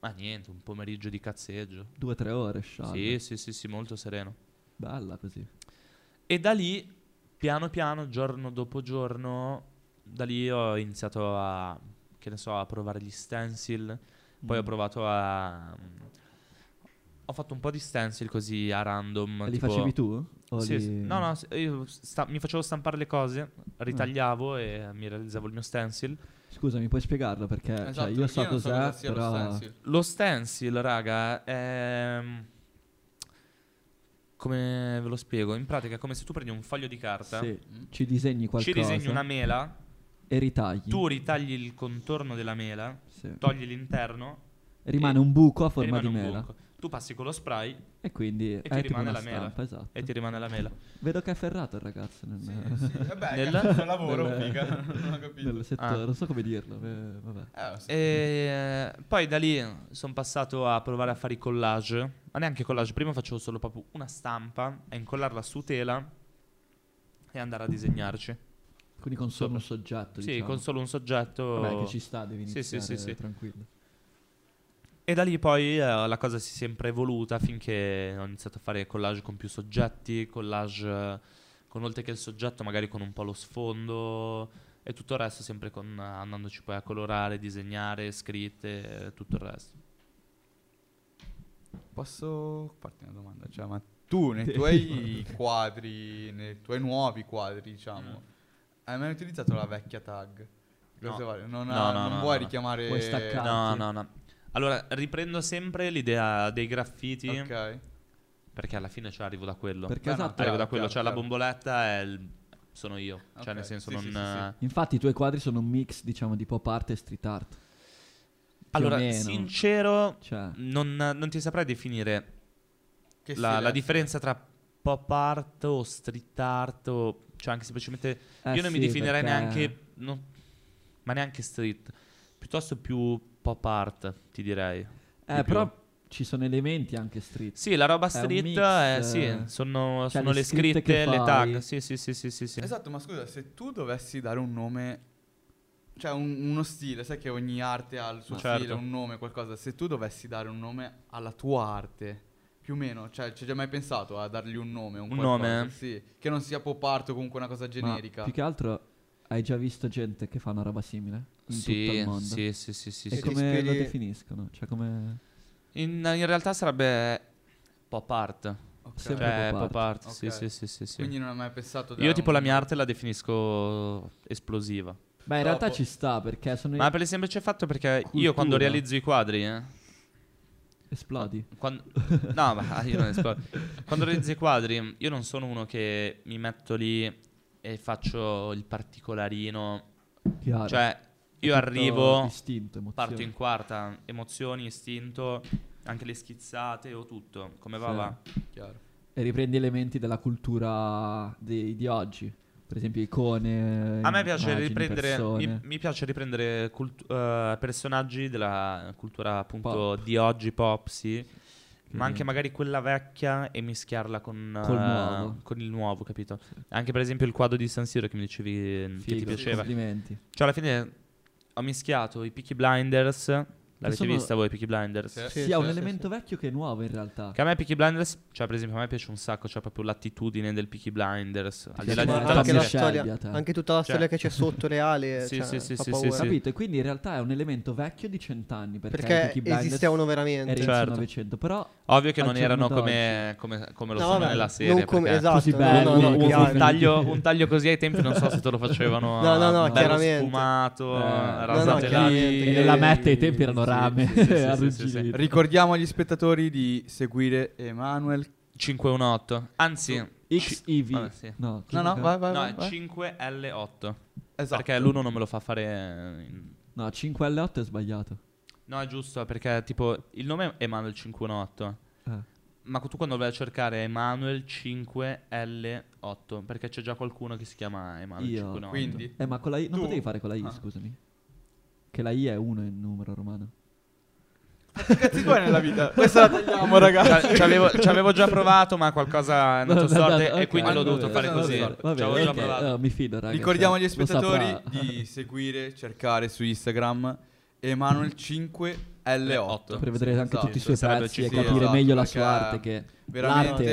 [SPEAKER 1] Ma niente, un pomeriggio di cazzeggio.
[SPEAKER 3] Due o tre ore, scialla.
[SPEAKER 1] Sì, sì, sì, sì, molto sereno.
[SPEAKER 3] Bella così.
[SPEAKER 1] E da lì, piano piano, giorno dopo giorno, da lì ho iniziato a, che ne so, a provare gli stencil. Poi
[SPEAKER 3] Mm.
[SPEAKER 1] ho provato a... mm, Ho fatto un po' di stencil così a random.
[SPEAKER 3] E li
[SPEAKER 1] tipo-
[SPEAKER 3] facevi tu? O
[SPEAKER 1] Sì,
[SPEAKER 3] li-
[SPEAKER 1] sì. No, no, s- io sta- mi facevo stampare le cose, ritagliavo
[SPEAKER 3] Mm.
[SPEAKER 1] e mi realizzavo il mio stencil.
[SPEAKER 3] Scusami, puoi spiegarlo perché cioè,
[SPEAKER 2] Esatto,
[SPEAKER 3] io so
[SPEAKER 2] non
[SPEAKER 3] cos'è,
[SPEAKER 2] cosa sia lo
[SPEAKER 3] però...
[SPEAKER 2] stencil.
[SPEAKER 1] Lo stencil, raga, è... mm, Come ve lo spiego? In pratica è come se tu prendi un foglio di carta,
[SPEAKER 3] Sì. Ci disegni qualcosa.
[SPEAKER 1] Mm. ci disegni una mela,
[SPEAKER 3] E ritagli.
[SPEAKER 1] tu ritagli il contorno della mela,
[SPEAKER 3] Sì.
[SPEAKER 1] togli l'interno
[SPEAKER 3] Rimane un buco a
[SPEAKER 1] e
[SPEAKER 3] forma di
[SPEAKER 1] rimane un
[SPEAKER 3] mela.
[SPEAKER 1] buco. Tu passi con lo spray
[SPEAKER 3] E quindi
[SPEAKER 1] ti
[SPEAKER 3] è tipo
[SPEAKER 1] rimane
[SPEAKER 3] una
[SPEAKER 1] la mela.
[SPEAKER 3] stampa, esatto.
[SPEAKER 1] e ti rimane la mela.
[SPEAKER 3] Vedo che è ferrato il ragazzo nel,
[SPEAKER 2] Vabbè,
[SPEAKER 1] Nel-
[SPEAKER 2] cazzo, il lavoro,
[SPEAKER 3] nel-
[SPEAKER 2] figa. Non ho capito.
[SPEAKER 3] nel settore,
[SPEAKER 1] Ah.
[SPEAKER 3] non so come dirlo, eh, vabbè.
[SPEAKER 2] Eh, lo so.
[SPEAKER 1] E poi da lì sono passato a provare a fare i collage, ma neanche collage, prima facevo solo proprio una stampa, a incollarla su tela e andare a disegnarci.
[SPEAKER 3] Quindi con solo
[SPEAKER 1] Sopra.
[SPEAKER 3] un soggetto,
[SPEAKER 1] Sì,
[SPEAKER 3] diciamo.
[SPEAKER 1] con solo un soggetto.
[SPEAKER 3] Vabbè, che ci sta, devi
[SPEAKER 1] Sì,
[SPEAKER 3] iniziare
[SPEAKER 1] sì, sì, sì.
[SPEAKER 3] tranquillo.
[SPEAKER 1] E da lì poi eh, la cosa si è sempre evoluta finché ho iniziato a fare collage con più soggetti, collage eh, con oltre che il soggetto, magari con un po' lo sfondo e tutto il resto, sempre con, eh, andandoci poi a colorare, disegnare, scritte, eh, tutto il resto.
[SPEAKER 2] Posso farti una domanda? Cioè, ma tu nei tuoi quadri, nei tuoi nuovi quadri, diciamo, hai mai utilizzato la vecchia tag? Lo
[SPEAKER 1] No.
[SPEAKER 2] sai fare? Non,
[SPEAKER 1] No,
[SPEAKER 2] ha-
[SPEAKER 1] no,
[SPEAKER 2] non
[SPEAKER 1] no,
[SPEAKER 2] vuoi
[SPEAKER 1] no.
[SPEAKER 2] richiamare...
[SPEAKER 3] Puoi staccare.
[SPEAKER 1] No,
[SPEAKER 3] Tanti.
[SPEAKER 1] no, no. Allora, riprendo sempre l'idea dei graffiti,
[SPEAKER 2] Ok.
[SPEAKER 1] perché alla fine ce l'arrivo da quello.
[SPEAKER 3] Perché
[SPEAKER 2] no,
[SPEAKER 3] esatto,
[SPEAKER 2] chiaro,
[SPEAKER 1] Arrivo da quello,
[SPEAKER 2] chiaro,
[SPEAKER 1] cioè la
[SPEAKER 2] chiaro.
[SPEAKER 1] bomboletta è il- sono io, cioè
[SPEAKER 2] Ok,
[SPEAKER 1] nel senso
[SPEAKER 2] sì,
[SPEAKER 1] non...
[SPEAKER 2] sì, sì, sì.
[SPEAKER 1] eh,
[SPEAKER 3] infatti i tuoi quadri sono un mix, diciamo, di pop art e street art. Più o
[SPEAKER 1] Allora,
[SPEAKER 3] meno.
[SPEAKER 1] sincero,
[SPEAKER 3] Cioè,
[SPEAKER 1] non, non ti saprei definire
[SPEAKER 2] Che
[SPEAKER 1] la,
[SPEAKER 2] stile
[SPEAKER 1] la
[SPEAKER 2] è?
[SPEAKER 1] differenza tra pop art o street art o cioè anche semplicemente
[SPEAKER 3] eh
[SPEAKER 1] io non mi
[SPEAKER 3] sì,
[SPEAKER 1] definirei
[SPEAKER 3] perché-
[SPEAKER 1] neanche no, ma neanche street piuttosto più pop art ti direi
[SPEAKER 3] Eh,
[SPEAKER 1] più.
[SPEAKER 3] però ci sono elementi anche street.
[SPEAKER 1] sì la roba
[SPEAKER 3] un
[SPEAKER 1] street
[SPEAKER 3] mix,
[SPEAKER 1] eh,
[SPEAKER 3] eh,
[SPEAKER 1] sì sono,
[SPEAKER 3] cioè
[SPEAKER 1] sono
[SPEAKER 3] le
[SPEAKER 1] le scritte,
[SPEAKER 3] scritte che
[SPEAKER 1] le
[SPEAKER 3] fai.
[SPEAKER 1] tag sì sì sì sì sì, sì.
[SPEAKER 2] Esatto, ma scusa, se tu dovessi dare un nome... Cioè un- uno stile, sai che ogni arte ha il suo
[SPEAKER 1] Ma
[SPEAKER 2] stile,
[SPEAKER 1] certo.
[SPEAKER 2] un nome, qualcosa. Se tu dovessi dare un nome alla tua arte, più o meno, cioè ci hai già mai pensato a dargli un nome? Un,
[SPEAKER 1] Un
[SPEAKER 2] qualcosa?
[SPEAKER 1] nome?
[SPEAKER 2] Sì, che non sia pop art o comunque una cosa
[SPEAKER 3] Ma
[SPEAKER 2] generica.
[SPEAKER 3] più che altro hai già visto gente che fa una roba simile in tutto
[SPEAKER 1] sì,
[SPEAKER 3] il mondo. Ecco.
[SPEAKER 1] sì, sì, sì, sì,
[SPEAKER 3] E
[SPEAKER 1] sì.
[SPEAKER 3] come
[SPEAKER 2] Respiri-
[SPEAKER 3] lo definiscono? Cioè come
[SPEAKER 1] In, in realtà sarebbe pop art.
[SPEAKER 2] Ok.
[SPEAKER 3] Sempre
[SPEAKER 1] Cioè,
[SPEAKER 3] pop
[SPEAKER 1] pop art.
[SPEAKER 2] Ok.
[SPEAKER 1] Sì, sì, sì, sì, sì.
[SPEAKER 2] Quindi non hai mai pensato di
[SPEAKER 1] Io
[SPEAKER 2] dare
[SPEAKER 1] tipo
[SPEAKER 2] un-
[SPEAKER 1] la mia arte la definisco esplosiva.
[SPEAKER 3] Beh, in
[SPEAKER 2] Dopo-
[SPEAKER 3] realtà ci sta perché sono
[SPEAKER 1] Ma per il semplice fatto perché io
[SPEAKER 3] Cultura.
[SPEAKER 1] quando realizzo i quadri, eh,
[SPEAKER 3] esplodi.
[SPEAKER 1] quando, no, ma ah, io non esplo- quando realizzo i quadri, io non sono uno che mi metto lì e faccio il particolarino.
[SPEAKER 3] Chiaro.
[SPEAKER 1] Cioè,
[SPEAKER 3] È
[SPEAKER 1] io
[SPEAKER 3] tutto
[SPEAKER 1] arrivo,
[SPEAKER 3] istinto, emozione.
[SPEAKER 1] parto in quarta, emozioni, istinto, anche le schizzate o tutto, come va
[SPEAKER 3] Sì.
[SPEAKER 1] va.
[SPEAKER 2] Chiaro.
[SPEAKER 3] e riprendi elementi della cultura di, di oggi. Per esempio, icone.
[SPEAKER 1] A me piace
[SPEAKER 3] immagini,
[SPEAKER 1] riprendere, mi,
[SPEAKER 3] persone.
[SPEAKER 1] mi piace riprendere cult- eh, personaggi della cultura appunto
[SPEAKER 3] Pop.
[SPEAKER 1] di oggi, pop, sì, ma anche
[SPEAKER 3] niente.
[SPEAKER 1] magari quella vecchia e mischiarla con,
[SPEAKER 3] Col
[SPEAKER 1] eh,
[SPEAKER 3] nuovo.
[SPEAKER 1] con il nuovo, capito? Anche per esempio il quadro di San Siro che mi dicevi eh, che ti
[SPEAKER 3] Figo,
[SPEAKER 1] piaceva.
[SPEAKER 3] Complimenti.
[SPEAKER 1] Cioè alla fine ho mischiato i Peaky Blinders, l'avete
[SPEAKER 3] sono-
[SPEAKER 1] vista voi i Peaky Blinders?
[SPEAKER 2] Sì.
[SPEAKER 3] Sì, ha un
[SPEAKER 2] sì,
[SPEAKER 3] elemento vecchio che è nuovo in realtà.
[SPEAKER 1] Che a me Peaky Blinders, cioè per esempio a me piace un sacco, cioè proprio l'attitudine del Peaky Blinders, al di là di
[SPEAKER 3] piace
[SPEAKER 1] tutta
[SPEAKER 3] molto
[SPEAKER 1] la
[SPEAKER 4] anche,
[SPEAKER 1] serie.
[SPEAKER 4] la
[SPEAKER 3] serie.
[SPEAKER 4] storia,
[SPEAKER 3] Scegliate.
[SPEAKER 4] anche tutta la
[SPEAKER 1] Cioè-
[SPEAKER 4] storia che c'è sotto reale.
[SPEAKER 1] Sì,
[SPEAKER 4] cioè,
[SPEAKER 1] sì, sì,
[SPEAKER 4] fa
[SPEAKER 1] sì,
[SPEAKER 4] paura.
[SPEAKER 1] sì, sì.
[SPEAKER 3] Capito? E quindi in realtà è un elemento vecchio di cent'anni. Perché,
[SPEAKER 4] Perché
[SPEAKER 3] Peaky Blinders
[SPEAKER 4] esistevano
[SPEAKER 3] Era
[SPEAKER 4] veramente.
[SPEAKER 3] inizio
[SPEAKER 1] Certo.
[SPEAKER 3] 900, però
[SPEAKER 1] Ovvio che
[SPEAKER 3] Al
[SPEAKER 1] non
[SPEAKER 3] giorno
[SPEAKER 1] erano
[SPEAKER 3] d'oggi.
[SPEAKER 1] come, come- come lo
[SPEAKER 4] No,
[SPEAKER 1] sono
[SPEAKER 4] vabbè,
[SPEAKER 1] nella serie.
[SPEAKER 4] non come,
[SPEAKER 1] perché- Eh,
[SPEAKER 4] esatto,
[SPEAKER 3] Così
[SPEAKER 4] no,
[SPEAKER 3] bello,
[SPEAKER 4] no, no,
[SPEAKER 1] un, un
[SPEAKER 4] chiaro.
[SPEAKER 1] taglio, un taglio così ai tempi non so se te lo facevano
[SPEAKER 4] No, no, no,
[SPEAKER 1] bello
[SPEAKER 4] chiaramente.
[SPEAKER 1] sfumato,
[SPEAKER 3] Eh, no, no,
[SPEAKER 1] rasate là.
[SPEAKER 4] chiaramente,
[SPEAKER 3] e
[SPEAKER 4] Eh,
[SPEAKER 3] nella metta ai tempi erano
[SPEAKER 2] sì,
[SPEAKER 3] rame
[SPEAKER 2] sì, sì, sì, sì, sì,
[SPEAKER 3] arrugginite.
[SPEAKER 1] sì.
[SPEAKER 2] Ricordiamo agli spettatori di seguire Emanuel.
[SPEAKER 1] 518. Anzi,
[SPEAKER 3] XIV.
[SPEAKER 1] vabbè, sì.
[SPEAKER 3] No,
[SPEAKER 2] No, no, vai, vai.
[SPEAKER 1] no,
[SPEAKER 2] vai,
[SPEAKER 1] è
[SPEAKER 2] vai.
[SPEAKER 1] 5L8.
[SPEAKER 2] Esatto.
[SPEAKER 1] Perché l'uno non me lo fa fare. eh, in-
[SPEAKER 3] No, 5L8 è sbagliato.
[SPEAKER 1] No, è giusto, perché tipo il nome è Emanuel 518.
[SPEAKER 3] Eh.
[SPEAKER 1] Ma tu quando vai a cercare Emanuel 5L8, perché c'è già qualcuno che si chiama Emanuel
[SPEAKER 3] Io,
[SPEAKER 1] 518.
[SPEAKER 2] Quindi,
[SPEAKER 3] Eh, ma con la I non
[SPEAKER 2] Tu?
[SPEAKER 3] potevi fare con la I,
[SPEAKER 2] Ah.
[SPEAKER 3] scusami. Che la I è 1 in numero romano.
[SPEAKER 2] che cazzi vuoi nella vita? Questa la tagliamo, ragazzi.
[SPEAKER 1] Ci avevo, già provato, ma qualcosa è andato sorte e quindi l'ho
[SPEAKER 2] va
[SPEAKER 1] dovuto
[SPEAKER 2] bene,
[SPEAKER 1] fare
[SPEAKER 2] va
[SPEAKER 1] così.
[SPEAKER 2] bene,
[SPEAKER 1] Ci avevo già provato.
[SPEAKER 3] mi fido, cioè, ragazzi.
[SPEAKER 2] Ricordiamo agli spettatori di seguire, cercare su Instagram Emanuel 5L8.
[SPEAKER 3] Eh, Per vedere anche
[SPEAKER 2] Esatto,
[SPEAKER 3] tutti i suoi
[SPEAKER 1] sarebbe
[SPEAKER 3] prezzi e
[SPEAKER 1] ci- sì,
[SPEAKER 3] capire
[SPEAKER 2] esatto,
[SPEAKER 3] meglio la
[SPEAKER 2] perché
[SPEAKER 3] sua arte che l'arte
[SPEAKER 2] Veramente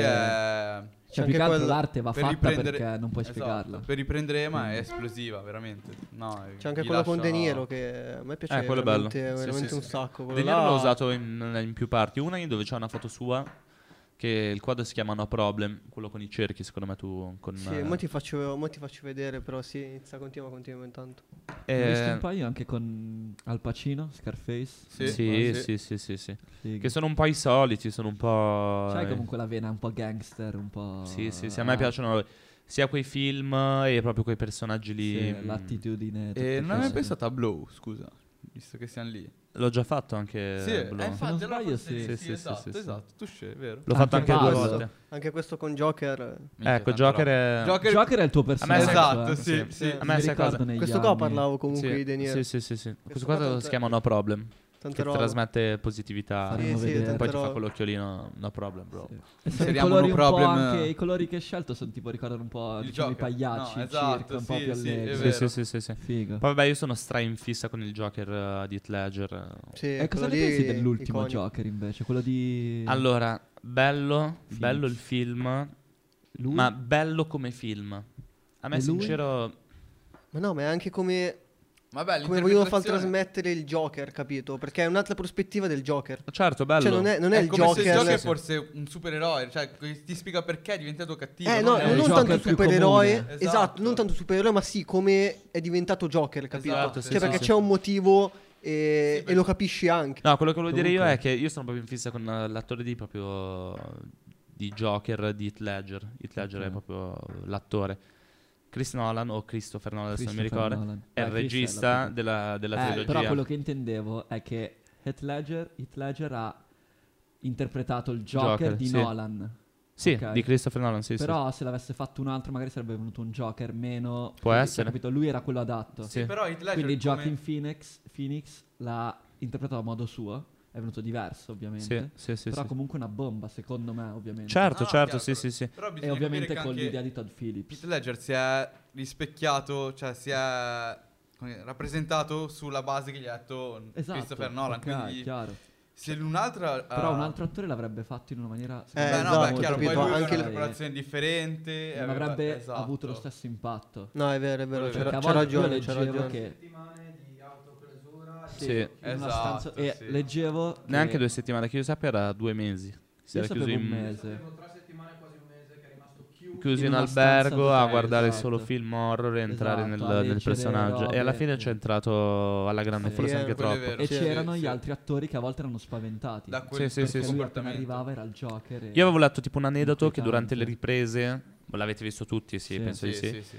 [SPEAKER 2] è...
[SPEAKER 4] C'è
[SPEAKER 3] Cioè, più
[SPEAKER 4] anche
[SPEAKER 3] che altro
[SPEAKER 4] quel-
[SPEAKER 3] l'arte va
[SPEAKER 2] per
[SPEAKER 3] fatta
[SPEAKER 2] riprendere-
[SPEAKER 3] perché non puoi
[SPEAKER 2] esatto,
[SPEAKER 3] spiegarla.
[SPEAKER 2] Per riprendere Ema è esplosiva, veramente. No, eh,
[SPEAKER 4] C'è anche
[SPEAKER 2] vi
[SPEAKER 4] quello con
[SPEAKER 2] lascio-
[SPEAKER 4] De Niro che a me piace
[SPEAKER 1] Eh, quello è bello.
[SPEAKER 4] veramente,
[SPEAKER 1] Sì,
[SPEAKER 4] veramente
[SPEAKER 1] sì,
[SPEAKER 4] un
[SPEAKER 1] sì.
[SPEAKER 4] sacco. quello
[SPEAKER 1] De Niro
[SPEAKER 4] là-
[SPEAKER 1] l'ho usato in, in più parti. Una dove c'è una foto sua Che il quadro si chiama No Problem, quello con i cerchi, secondo me tu con...
[SPEAKER 4] Sì,
[SPEAKER 1] eh,
[SPEAKER 4] mo ti, faccio, mo ti faccio vedere, però sì, inizia, continua, continua intanto.
[SPEAKER 3] Ho visto un
[SPEAKER 1] eh,
[SPEAKER 3] paio anche con Al Pacino, Scarface.
[SPEAKER 2] Sì,
[SPEAKER 1] sì,
[SPEAKER 2] sì.
[SPEAKER 1] sì, sì, sì, sì.
[SPEAKER 3] Figo.
[SPEAKER 1] Che sono un po' i soliti, sono un po'...
[SPEAKER 3] Sai
[SPEAKER 1] eh,
[SPEAKER 3] comunque la vena un po' gangster, un po'...
[SPEAKER 1] Sì, sì, sì, a me
[SPEAKER 3] ah,
[SPEAKER 1] piacciono sia quei film e proprio quei personaggi lì.
[SPEAKER 3] sì,
[SPEAKER 1] mm,
[SPEAKER 3] l'attitudine.
[SPEAKER 2] E
[SPEAKER 3] tutte
[SPEAKER 2] Eh, non hai mai
[SPEAKER 3] queste-
[SPEAKER 2] pensato a Blow, scusa, visto che siamo lì.
[SPEAKER 1] L'ho già fatto anche.
[SPEAKER 2] sì,
[SPEAKER 1] eh, Blue.
[SPEAKER 2] eh, infatti,
[SPEAKER 3] Non
[SPEAKER 2] allora
[SPEAKER 3] sbaglio,
[SPEAKER 2] forse
[SPEAKER 3] sì.
[SPEAKER 1] Sì, sì, sì,
[SPEAKER 2] esatto,
[SPEAKER 1] sì, sì.
[SPEAKER 2] esatto, tu scegli, vero?
[SPEAKER 1] L'ho fatto
[SPEAKER 3] anche
[SPEAKER 1] anche due
[SPEAKER 4] quello.
[SPEAKER 1] volte.
[SPEAKER 4] Anche questo con Joker. eh.
[SPEAKER 2] Minchia,
[SPEAKER 1] ecco,
[SPEAKER 2] tanto
[SPEAKER 1] Joker
[SPEAKER 2] roba.
[SPEAKER 1] è...
[SPEAKER 2] Joker,
[SPEAKER 3] Joker è il tuo personaggio.
[SPEAKER 2] esatto,
[SPEAKER 3] eh.
[SPEAKER 2] sì,
[SPEAKER 4] sì.
[SPEAKER 2] sì.
[SPEAKER 1] A me
[SPEAKER 3] Mi
[SPEAKER 1] sai
[SPEAKER 3] ricordo
[SPEAKER 1] cosa-
[SPEAKER 3] negli
[SPEAKER 4] Questo qua
[SPEAKER 3] anni.
[SPEAKER 4] parlavo comunque
[SPEAKER 1] sì,
[SPEAKER 4] di De Niro.
[SPEAKER 1] Sì, sì, sì, sì. Questo
[SPEAKER 4] Questo
[SPEAKER 1] qua
[SPEAKER 4] qua
[SPEAKER 1] si
[SPEAKER 4] tante-
[SPEAKER 1] chiama No Problem.
[SPEAKER 4] Tante
[SPEAKER 1] Che
[SPEAKER 4] robe.
[SPEAKER 1] trasmette positività.
[SPEAKER 3] Faremo
[SPEAKER 4] Sì, sì,
[SPEAKER 3] vedere.
[SPEAKER 4] tante
[SPEAKER 1] Poi ti fa
[SPEAKER 4] robe.
[SPEAKER 1] quell'occhiolino No Problem, bro.
[SPEAKER 3] Eh, Sì. E sono i
[SPEAKER 2] Inseriamo
[SPEAKER 3] colori
[SPEAKER 2] un
[SPEAKER 3] un po'
[SPEAKER 2] problem,
[SPEAKER 3] anche-
[SPEAKER 2] eh.
[SPEAKER 3] i colori che hai scelto sono tipo ricordano un po'
[SPEAKER 2] Il
[SPEAKER 3] diciamo, i
[SPEAKER 2] Joker.
[SPEAKER 3] pagliacci,
[SPEAKER 2] No,
[SPEAKER 3] il
[SPEAKER 2] esatto,
[SPEAKER 3] circo, un
[SPEAKER 2] sì,
[SPEAKER 3] po' più
[SPEAKER 2] sì, è
[SPEAKER 3] allegri.
[SPEAKER 1] Sì,
[SPEAKER 2] vero.
[SPEAKER 1] sì, sì, sì, sì.
[SPEAKER 3] Figo.
[SPEAKER 1] Poi vabbè, io sono stra in fissa con il Joker eh, di Heath Ledger.
[SPEAKER 4] Sì,
[SPEAKER 2] Eh,
[SPEAKER 3] e Eh, cosa
[SPEAKER 4] quello
[SPEAKER 3] ne
[SPEAKER 4] lì
[SPEAKER 3] pensi dell'ultimo
[SPEAKER 4] iconico.
[SPEAKER 3] Joker invece? Quello di...
[SPEAKER 1] Allora, bello,
[SPEAKER 3] Phoenix.
[SPEAKER 1] bello il film,
[SPEAKER 3] lui?
[SPEAKER 1] ma bello come film. A me
[SPEAKER 3] E lui?
[SPEAKER 1] sincero
[SPEAKER 4] Ma no, ma è anche come,
[SPEAKER 2] Vabbè,
[SPEAKER 4] come vogliono far
[SPEAKER 2] l'interpretazione-
[SPEAKER 4] trasmettere il Joker, capito? Perché è un'altra prospettiva del Joker.
[SPEAKER 1] Certo, bello.
[SPEAKER 4] Cioè, non è, non è,
[SPEAKER 2] È
[SPEAKER 4] il
[SPEAKER 2] come
[SPEAKER 4] Joker.
[SPEAKER 2] se il Joker
[SPEAKER 1] sì.
[SPEAKER 2] fosse un supereroe, cioè que- ti spiega perché è diventato cattivo.
[SPEAKER 4] eh, no,
[SPEAKER 2] è
[SPEAKER 3] è
[SPEAKER 4] non
[SPEAKER 3] il
[SPEAKER 4] tanto
[SPEAKER 3] Joker
[SPEAKER 4] il
[SPEAKER 3] più
[SPEAKER 4] supereroe.
[SPEAKER 3] comune.
[SPEAKER 4] Esatto.
[SPEAKER 2] Esatto.
[SPEAKER 4] non tanto supereroe, ma sì, come è diventato Joker, capito?
[SPEAKER 2] Esatto,
[SPEAKER 4] cioè,
[SPEAKER 1] sì,
[SPEAKER 4] perché
[SPEAKER 1] sì,
[SPEAKER 4] c'è
[SPEAKER 1] sì.
[SPEAKER 4] un motivo e,
[SPEAKER 2] Sì,
[SPEAKER 4] e lo
[SPEAKER 2] beh.
[SPEAKER 4] capisci anche.
[SPEAKER 1] No, quello che volevo dire io è
[SPEAKER 3] Comunque-
[SPEAKER 1] che io sono proprio in fissa con eh, l'attore di proprio di Joker di Heath Ledger. Heath Ledger è
[SPEAKER 3] Ok.
[SPEAKER 1] proprio l'attore. Chris Nolan o Christopher Nolan, adesso non mi
[SPEAKER 3] Christopher
[SPEAKER 1] ricordo.
[SPEAKER 3] Nolan.
[SPEAKER 1] È il
[SPEAKER 3] Eh, Chris è la
[SPEAKER 1] regista
[SPEAKER 3] prima.
[SPEAKER 1] della, della
[SPEAKER 3] Eh,
[SPEAKER 1] trilogia.
[SPEAKER 3] però quello che intendevo è che Heath Ledger, Heath Ledger ha interpretato il Joker,
[SPEAKER 1] Joker,
[SPEAKER 3] di
[SPEAKER 1] sì.
[SPEAKER 3] Nolan.
[SPEAKER 1] Sì,
[SPEAKER 3] Ok.
[SPEAKER 1] di Christopher Nolan, sì, sì.
[SPEAKER 3] Però se l'avesse fatto un altro magari sarebbe venuto un Joker meno...
[SPEAKER 1] Può
[SPEAKER 3] cioè,
[SPEAKER 1] essere.
[SPEAKER 3] Capito? Lui era quello adatto.
[SPEAKER 1] Sì.
[SPEAKER 2] Sì, però Heath Ledger
[SPEAKER 3] Quindi
[SPEAKER 2] come- Ah,
[SPEAKER 3] Joaquin Phoenix, Phoenix l'ha interpretato a modo suo, è venuto diverso
[SPEAKER 1] Sì,
[SPEAKER 3] ovviamente,
[SPEAKER 1] sì, sì,
[SPEAKER 3] però
[SPEAKER 1] sì.
[SPEAKER 3] comunque una bomba secondo me ovviamente.
[SPEAKER 1] Certo,
[SPEAKER 2] Ah,
[SPEAKER 1] certo,
[SPEAKER 2] chiaro,
[SPEAKER 1] sì,
[SPEAKER 2] però-
[SPEAKER 1] sì, sì.
[SPEAKER 2] Però
[SPEAKER 3] E
[SPEAKER 2] bisogna
[SPEAKER 3] ovviamente
[SPEAKER 2] capire che
[SPEAKER 3] con
[SPEAKER 2] anche
[SPEAKER 3] l'idea di Todd Phillips.
[SPEAKER 2] Heath Ledger si è rispecchiato, cioè si è come dire, rappresentato sulla base che gli ha detto
[SPEAKER 3] Esatto.
[SPEAKER 2] Christopher Nolan.
[SPEAKER 3] ok,
[SPEAKER 2] quindi
[SPEAKER 3] chiaro.
[SPEAKER 2] se un'altra...
[SPEAKER 3] Però un altro attore l'avrebbe fatto in una maniera
[SPEAKER 2] Beh,
[SPEAKER 4] Eh,
[SPEAKER 3] secondo me,
[SPEAKER 2] no,
[SPEAKER 4] esatto,
[SPEAKER 2] beh,
[SPEAKER 3] molto
[SPEAKER 2] chiaro,
[SPEAKER 3] più
[SPEAKER 2] poi
[SPEAKER 4] capito,
[SPEAKER 2] lui
[SPEAKER 3] forte.
[SPEAKER 2] anche
[SPEAKER 4] anche
[SPEAKER 2] una
[SPEAKER 4] il-
[SPEAKER 2] preparazione differente.
[SPEAKER 3] non
[SPEAKER 2] aveva-
[SPEAKER 3] avrebbe
[SPEAKER 2] esatto.
[SPEAKER 3] avuto lo stesso impatto.
[SPEAKER 4] No, è vero, è vero.
[SPEAKER 2] Quello
[SPEAKER 4] C'era,
[SPEAKER 3] Perché a
[SPEAKER 4] c'ha
[SPEAKER 3] volte io
[SPEAKER 4] ragione, c'ha
[SPEAKER 3] leggevo
[SPEAKER 4] ragione.
[SPEAKER 3] che
[SPEAKER 1] Sì.
[SPEAKER 3] in una
[SPEAKER 2] Esatto,
[SPEAKER 3] stanza- e
[SPEAKER 2] sì.
[SPEAKER 3] leggevo che-
[SPEAKER 1] Neanche due settimane, che io sappia era due mesi. Si
[SPEAKER 3] Io
[SPEAKER 1] era chiuso
[SPEAKER 3] sapevo
[SPEAKER 1] in,
[SPEAKER 3] un mese.
[SPEAKER 1] chiuso
[SPEAKER 3] in
[SPEAKER 1] in
[SPEAKER 3] una
[SPEAKER 1] albergo
[SPEAKER 3] stanza
[SPEAKER 1] a
[SPEAKER 3] totale,
[SPEAKER 1] guardare
[SPEAKER 3] esatto.
[SPEAKER 1] solo film horror e entrare
[SPEAKER 3] Esatto,
[SPEAKER 1] nel,
[SPEAKER 3] a
[SPEAKER 1] nel
[SPEAKER 3] leggere
[SPEAKER 1] personaggio. E alla
[SPEAKER 3] robe.
[SPEAKER 1] fine c'è entrato alla grande,
[SPEAKER 3] Sì,
[SPEAKER 1] forse
[SPEAKER 4] eh,
[SPEAKER 1] anche
[SPEAKER 2] quello è
[SPEAKER 1] troppo.
[SPEAKER 2] vero.
[SPEAKER 3] E
[SPEAKER 2] Sì,
[SPEAKER 3] c'erano
[SPEAKER 2] sì,
[SPEAKER 3] gli
[SPEAKER 2] sì.
[SPEAKER 3] altri attori che a volte erano spaventati.
[SPEAKER 2] Da
[SPEAKER 1] Sì,
[SPEAKER 2] quel
[SPEAKER 1] sì, sì,
[SPEAKER 3] perché
[SPEAKER 1] sì.
[SPEAKER 3] lui appena
[SPEAKER 2] comportamento.
[SPEAKER 3] arrivava era il Joker. e-
[SPEAKER 1] Io avevo letto tipo un aneddoto che durante le
[SPEAKER 3] Inquietante.
[SPEAKER 1] riprese, l'avete visto tutti, sì,
[SPEAKER 3] Sì.
[SPEAKER 1] penso
[SPEAKER 2] Sì,
[SPEAKER 1] di sì.
[SPEAKER 2] sì, sì.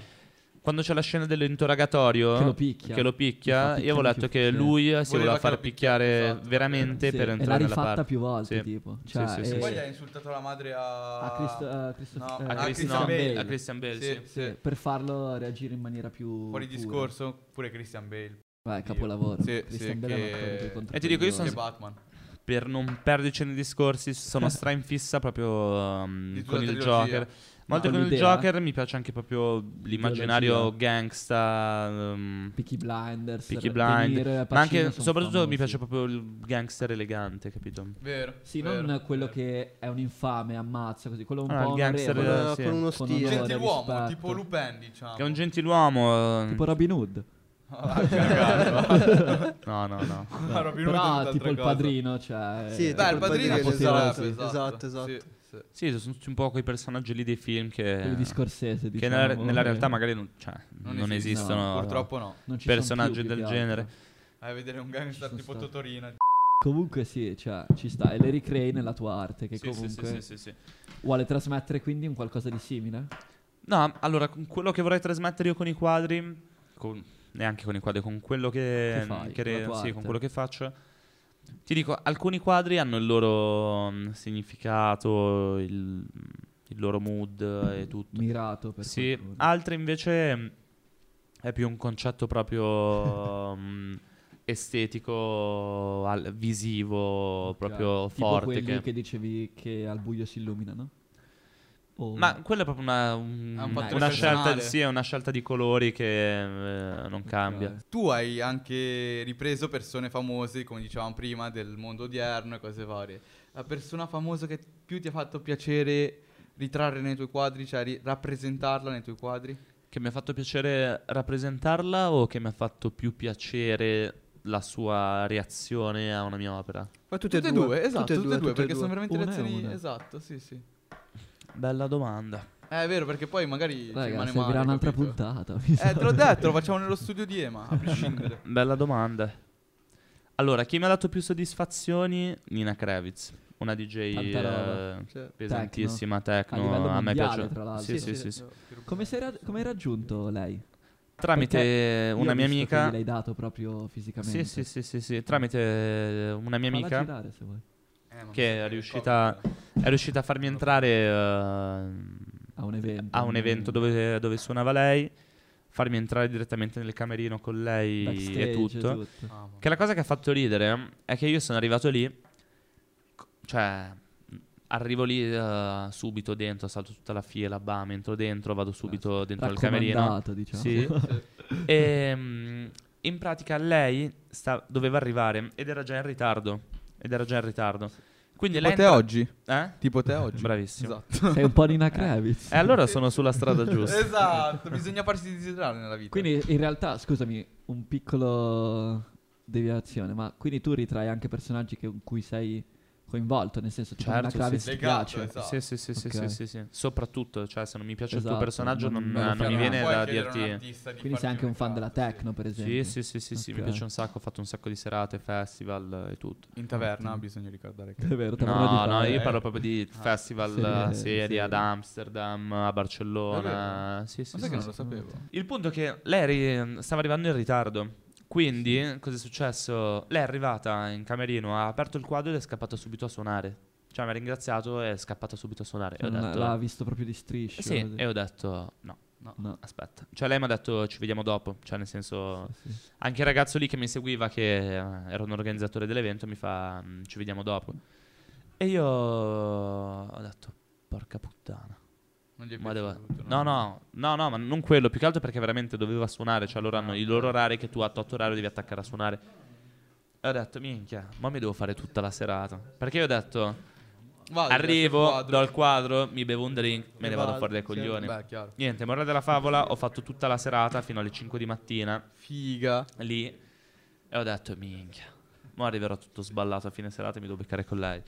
[SPEAKER 1] Quando c'è la scena dell'interrogatorio
[SPEAKER 3] Che lo picchia.
[SPEAKER 1] che lo picchia,
[SPEAKER 3] Lo fa picchiare
[SPEAKER 1] io avevo letto
[SPEAKER 3] più-
[SPEAKER 1] che
[SPEAKER 3] sì.
[SPEAKER 1] lui si
[SPEAKER 2] Voleva
[SPEAKER 1] voleva
[SPEAKER 2] che
[SPEAKER 1] far
[SPEAKER 2] lo picchiasse,
[SPEAKER 1] picchiare
[SPEAKER 2] esatto,
[SPEAKER 1] veramente
[SPEAKER 3] Sì,
[SPEAKER 1] per
[SPEAKER 3] e l'ha
[SPEAKER 1] entrare nella
[SPEAKER 3] rifatta
[SPEAKER 1] parte.
[SPEAKER 3] più volte,
[SPEAKER 1] Sì.
[SPEAKER 3] tipo.
[SPEAKER 1] Sì,
[SPEAKER 3] Cioè,
[SPEAKER 1] sì, sì,
[SPEAKER 3] e-
[SPEAKER 1] sì.
[SPEAKER 2] Poi gli ha insultato la madre a...
[SPEAKER 3] a, Christ- a Christopher-
[SPEAKER 2] No,
[SPEAKER 3] eh,
[SPEAKER 1] A, Christian,
[SPEAKER 2] A Christian
[SPEAKER 1] Bale.
[SPEAKER 2] Bale.
[SPEAKER 1] a Christian Bale, sì.
[SPEAKER 2] Sì, sì.
[SPEAKER 3] Sì, eh, per farlo reagire in maniera più
[SPEAKER 2] Fuori
[SPEAKER 3] pura.
[SPEAKER 2] discorso, pure Christian Bale.
[SPEAKER 3] Beh, capolavoro.
[SPEAKER 2] Sì,
[SPEAKER 3] Christian
[SPEAKER 2] sì,
[SPEAKER 3] Bale è un
[SPEAKER 2] che-
[SPEAKER 3] attore dei contro-
[SPEAKER 1] E ti dico, io
[SPEAKER 2] Che
[SPEAKER 1] sono-
[SPEAKER 2] Batman.
[SPEAKER 1] Per non perderci nei discorsi, sono stra in fissa proprio um,
[SPEAKER 2] Di tutta
[SPEAKER 1] con
[SPEAKER 2] la
[SPEAKER 1] il
[SPEAKER 2] trilogia.
[SPEAKER 1] Joker. Molto
[SPEAKER 3] Ma
[SPEAKER 1] con il
[SPEAKER 3] l'idea-
[SPEAKER 1] Joker mi piace anche proprio l'immaginario gangsta. um,
[SPEAKER 3] Peaky Blinders,
[SPEAKER 1] Peaky
[SPEAKER 3] De
[SPEAKER 1] Blind,
[SPEAKER 3] Niro e
[SPEAKER 1] ma
[SPEAKER 3] Pacino
[SPEAKER 1] anche,
[SPEAKER 3] sono
[SPEAKER 1] soprattutto mi
[SPEAKER 3] famosi.
[SPEAKER 1] piace proprio il gangster elegante, capito?
[SPEAKER 2] Vero.
[SPEAKER 3] Sì,
[SPEAKER 2] vero,
[SPEAKER 3] non quello
[SPEAKER 2] vero.
[SPEAKER 3] che è un infame, ammazza così, quello un
[SPEAKER 1] Ah,
[SPEAKER 3] po'
[SPEAKER 1] il gangster,
[SPEAKER 3] onorevole,
[SPEAKER 1] eh,
[SPEAKER 4] Con,
[SPEAKER 1] sì.
[SPEAKER 4] con uno
[SPEAKER 3] Con
[SPEAKER 4] stile.
[SPEAKER 3] onore.
[SPEAKER 2] Gentiluomo,
[SPEAKER 3] rispetto.
[SPEAKER 2] tipo Lupin, diciamo.
[SPEAKER 1] Che è un gentiluomo. eh,
[SPEAKER 3] tipo Robin Hood.
[SPEAKER 2] Ah, cagato.
[SPEAKER 1] No, no, no.
[SPEAKER 2] Ah, Robin Hood è
[SPEAKER 3] Però
[SPEAKER 2] un'altra
[SPEAKER 3] tipo il
[SPEAKER 2] cosa.
[SPEAKER 3] padrino, cioè
[SPEAKER 4] Sì,
[SPEAKER 3] eh,
[SPEAKER 4] tipo
[SPEAKER 2] Beh, il
[SPEAKER 4] il
[SPEAKER 2] padrino
[SPEAKER 4] padrino
[SPEAKER 2] ci
[SPEAKER 4] sì,
[SPEAKER 2] sarebbe,
[SPEAKER 4] sì, esatto,
[SPEAKER 2] Sì,
[SPEAKER 4] esatto.
[SPEAKER 2] sì.
[SPEAKER 1] Sì, sono tutti un po' quei personaggi lì dei film che.
[SPEAKER 3] quelli di
[SPEAKER 1] che
[SPEAKER 3] Scorsese, diciamo,
[SPEAKER 1] nella, nella
[SPEAKER 3] eh,
[SPEAKER 1] realtà magari non, cioè, non,
[SPEAKER 2] Non esistono,
[SPEAKER 1] esistono.
[SPEAKER 2] Purtroppo no.
[SPEAKER 3] non ci
[SPEAKER 1] personaggi
[SPEAKER 3] sono più,
[SPEAKER 1] del
[SPEAKER 3] più che altro.
[SPEAKER 1] genere.
[SPEAKER 2] A vedere un gangster
[SPEAKER 3] Ci sono
[SPEAKER 2] tipo
[SPEAKER 3] stato.
[SPEAKER 2] Totorina.
[SPEAKER 3] Comunque sì, cioè, ci sta e le ricrei nella tua arte che
[SPEAKER 1] Sì, sì,
[SPEAKER 3] comunque
[SPEAKER 1] sì, sì, sì, sì.
[SPEAKER 3] vuole trasmettere quindi un qualcosa di simile.
[SPEAKER 1] No, allora, con quello che vorrei trasmettere io con i quadri, con- neanche con i quadri, con quello che,
[SPEAKER 3] Che fai,
[SPEAKER 1] che
[SPEAKER 3] con la
[SPEAKER 1] re-
[SPEAKER 3] tua
[SPEAKER 1] sì,
[SPEAKER 3] arte.
[SPEAKER 1] con quello che faccio. Ti dico, alcuni quadri hanno il loro mm, significato, il, il loro mood e tutto.
[SPEAKER 3] Mirato per
[SPEAKER 1] Sì, Ah,
[SPEAKER 3] qualcuno.
[SPEAKER 1] altri invece mm, è più un concetto proprio mm, estetico, al- visivo,
[SPEAKER 3] Ok.
[SPEAKER 1] proprio
[SPEAKER 3] tipo
[SPEAKER 1] forte.
[SPEAKER 3] quelli
[SPEAKER 1] che-
[SPEAKER 3] che... dicevi che al buio si illuminano. O-
[SPEAKER 1] Ma quella è proprio una, un-
[SPEAKER 2] È un
[SPEAKER 1] una,
[SPEAKER 2] fattore
[SPEAKER 1] scelta,
[SPEAKER 2] personale.
[SPEAKER 1] sì, è una scelta di colori che eh, non cambia.
[SPEAKER 3] Ok.
[SPEAKER 2] Tu hai anche ripreso persone famose, come dicevamo prima, del mondo odierno e cose varie. La persona famosa che più ti ha fatto piacere ritrarre nei tuoi quadri, cioè ri- rappresentarla nei tuoi quadri?
[SPEAKER 1] Che mi ha fatto piacere rappresentarla o che mi ha fatto più piacere la sua reazione a una mia opera.
[SPEAKER 4] Ma
[SPEAKER 2] Tutte, e due, esatto, tutte, e due, perché sono veramente
[SPEAKER 3] Una e
[SPEAKER 2] reazioni...
[SPEAKER 3] una.
[SPEAKER 2] Esatto, sì, sì.
[SPEAKER 1] Bella domanda.
[SPEAKER 2] Eh, È vero, perché poi magari ci
[SPEAKER 3] Raga,
[SPEAKER 2] rimane
[SPEAKER 3] servirà
[SPEAKER 2] male,
[SPEAKER 3] un'altra
[SPEAKER 2] capito?
[SPEAKER 3] puntata. mi sa.
[SPEAKER 2] Eh, te l'ho detto, lo facciamo nello studio di Ema, a prescindere.
[SPEAKER 1] Bella domanda. Allora, chi mi ha dato più soddisfazioni? Nina Kravitz, una DJ
[SPEAKER 3] Tanta roba.
[SPEAKER 1] eh,
[SPEAKER 4] Cioè,
[SPEAKER 1] pesantissima, techno.
[SPEAKER 3] A livello
[SPEAKER 1] me
[SPEAKER 3] mondiale,
[SPEAKER 1] piace.
[SPEAKER 3] tra l'altro.
[SPEAKER 1] Sì, sì, sì, sì.
[SPEAKER 2] No, che roba.
[SPEAKER 3] Come, sei ra- come hai raggiunto lei?
[SPEAKER 1] Tramite
[SPEAKER 3] Io
[SPEAKER 1] una
[SPEAKER 3] ho
[SPEAKER 1] mia
[SPEAKER 3] visto
[SPEAKER 1] amica.
[SPEAKER 3] che L'hai dato proprio
[SPEAKER 1] Sì,
[SPEAKER 3] fisicamente.
[SPEAKER 1] sì, sì, sì, sì, tramite eh, una mia
[SPEAKER 3] Falla
[SPEAKER 1] amica.
[SPEAKER 3] girare, se vuoi.
[SPEAKER 2] Eh, ma
[SPEAKER 1] che è
[SPEAKER 2] mi-
[SPEAKER 1] riuscita-
[SPEAKER 2] Covid.
[SPEAKER 1] è riuscita a farmi entrare eh,
[SPEAKER 3] A un evento.
[SPEAKER 1] a un evento dove, dove suonava lei, farmi entrare direttamente nel camerino con lei
[SPEAKER 3] Backstage
[SPEAKER 1] e tutto.
[SPEAKER 2] Ah, ma-
[SPEAKER 1] Che la cosa che ha fatto ridere è che io sono arrivato lì, co- cioè arrivo lì eh, subito dentro, salto tutta la fila, bam, entro dentro, vado subito dentro al camerino.
[SPEAKER 3] Raccomandato, diciamo.
[SPEAKER 1] Sì. e mm, in pratica lei sta- doveva arrivare ed era già in ritardo. Ed era già in ritardo. Quindi
[SPEAKER 2] Tipo
[SPEAKER 1] lei...
[SPEAKER 2] te oggi.
[SPEAKER 1] entra- eh?
[SPEAKER 2] Tipo te oggi.
[SPEAKER 1] Bravissimo.
[SPEAKER 2] Esatto.
[SPEAKER 3] Sei un po'
[SPEAKER 1] Eh.
[SPEAKER 3] Nina Kravitz.
[SPEAKER 1] E allora sono sulla strada giusta.
[SPEAKER 2] esatto, bisogna farsi desiderare nella vita.
[SPEAKER 3] Quindi in realtà, scusami, un piccolo deviazione, ma quindi tu ritrai anche personaggi che- con cui sei coinvolto, nel senso tipo
[SPEAKER 1] Certo,
[SPEAKER 3] Nina Kravitz
[SPEAKER 1] sì,
[SPEAKER 3] ti
[SPEAKER 2] Legato,
[SPEAKER 3] piace.
[SPEAKER 2] esatto.
[SPEAKER 1] Sì, sì, sì, sì,
[SPEAKER 3] Ok.
[SPEAKER 1] sì, sì, sì. Soprattutto, cioè, se non mi piace il tuo
[SPEAKER 3] Esatto,
[SPEAKER 1] personaggio, non,
[SPEAKER 3] non- non lo
[SPEAKER 1] non mi
[SPEAKER 3] fai.
[SPEAKER 1] viene
[SPEAKER 2] Puoi
[SPEAKER 1] da
[SPEAKER 2] chiedere a un
[SPEAKER 1] dirti.
[SPEAKER 2] artista di
[SPEAKER 3] Quindi sei
[SPEAKER 2] farti
[SPEAKER 3] anche un fan della
[SPEAKER 2] ritratto, sì.
[SPEAKER 3] techno, per esempio.
[SPEAKER 1] Sì, sì, sì, sì, sì, mi
[SPEAKER 3] Ok.
[SPEAKER 1] piace un sacco. Ho fatto un sacco di serate, festival eh, e tutto.
[SPEAKER 2] In taverna bisogna ricordare che...
[SPEAKER 3] È vero, te l'avrò
[SPEAKER 1] No,
[SPEAKER 3] detto.
[SPEAKER 1] no,
[SPEAKER 2] fare.
[SPEAKER 1] io parlo proprio di
[SPEAKER 2] Ah.
[SPEAKER 1] festival
[SPEAKER 3] Serie,
[SPEAKER 1] eh, seri
[SPEAKER 3] serie.
[SPEAKER 1] ad Amsterdam, a Barcellona. Sì, sì, sì,
[SPEAKER 2] Ma sai che non
[SPEAKER 1] sì.
[SPEAKER 2] lo sapevo?
[SPEAKER 1] Il punto è che lei ri- stava arrivando in ritardo. Quindi, cosa è successo? Lei è arrivata in camerino, ha aperto il quadro ed è scappata subito a suonare. Cioè, mi ha ringraziato e è scappata subito a suonare. E ho
[SPEAKER 3] Cioè, non
[SPEAKER 1] detto,
[SPEAKER 3] l'ha visto proprio di striscio.
[SPEAKER 1] Eh Sì, e ho detto no,
[SPEAKER 3] No.
[SPEAKER 1] aspetta. Cioè lei mi ha detto ci vediamo dopo, cioè nel senso
[SPEAKER 3] Sì, sì.
[SPEAKER 1] anche il ragazzo lì che mi seguiva che eh, era un organizzatore dell'evento mi fa "Mm, ci vediamo dopo. E io ho detto porca puttana.
[SPEAKER 2] Non gli è
[SPEAKER 1] Ma
[SPEAKER 2] piaciuto,
[SPEAKER 1] devo... No, no, no, no, ma non quello, più che altro perché veramente doveva suonare, cioè loro hanno i loro orari che tu a 8 orario devi attaccare a suonare. E ho detto minchia, ma mi devo fare tutta la serata. Perché io ho detto
[SPEAKER 2] Vado,
[SPEAKER 1] arrivo,
[SPEAKER 2] adesso
[SPEAKER 1] do il
[SPEAKER 2] il
[SPEAKER 1] cioè, quadro, mi bevo un drink, me ne vado cioè,
[SPEAKER 4] vado,
[SPEAKER 1] fuori dai
[SPEAKER 4] sì.
[SPEAKER 1] coglioni.
[SPEAKER 2] Beh, chiaro.
[SPEAKER 1] Niente, morale della favola, ho fatto tutta la serata fino alle 5 di mattina
[SPEAKER 2] Figa. Eh,
[SPEAKER 1] lì e ho detto minchia, ma arriverò tutto sballato a fine serata e mi devo beccare con lei.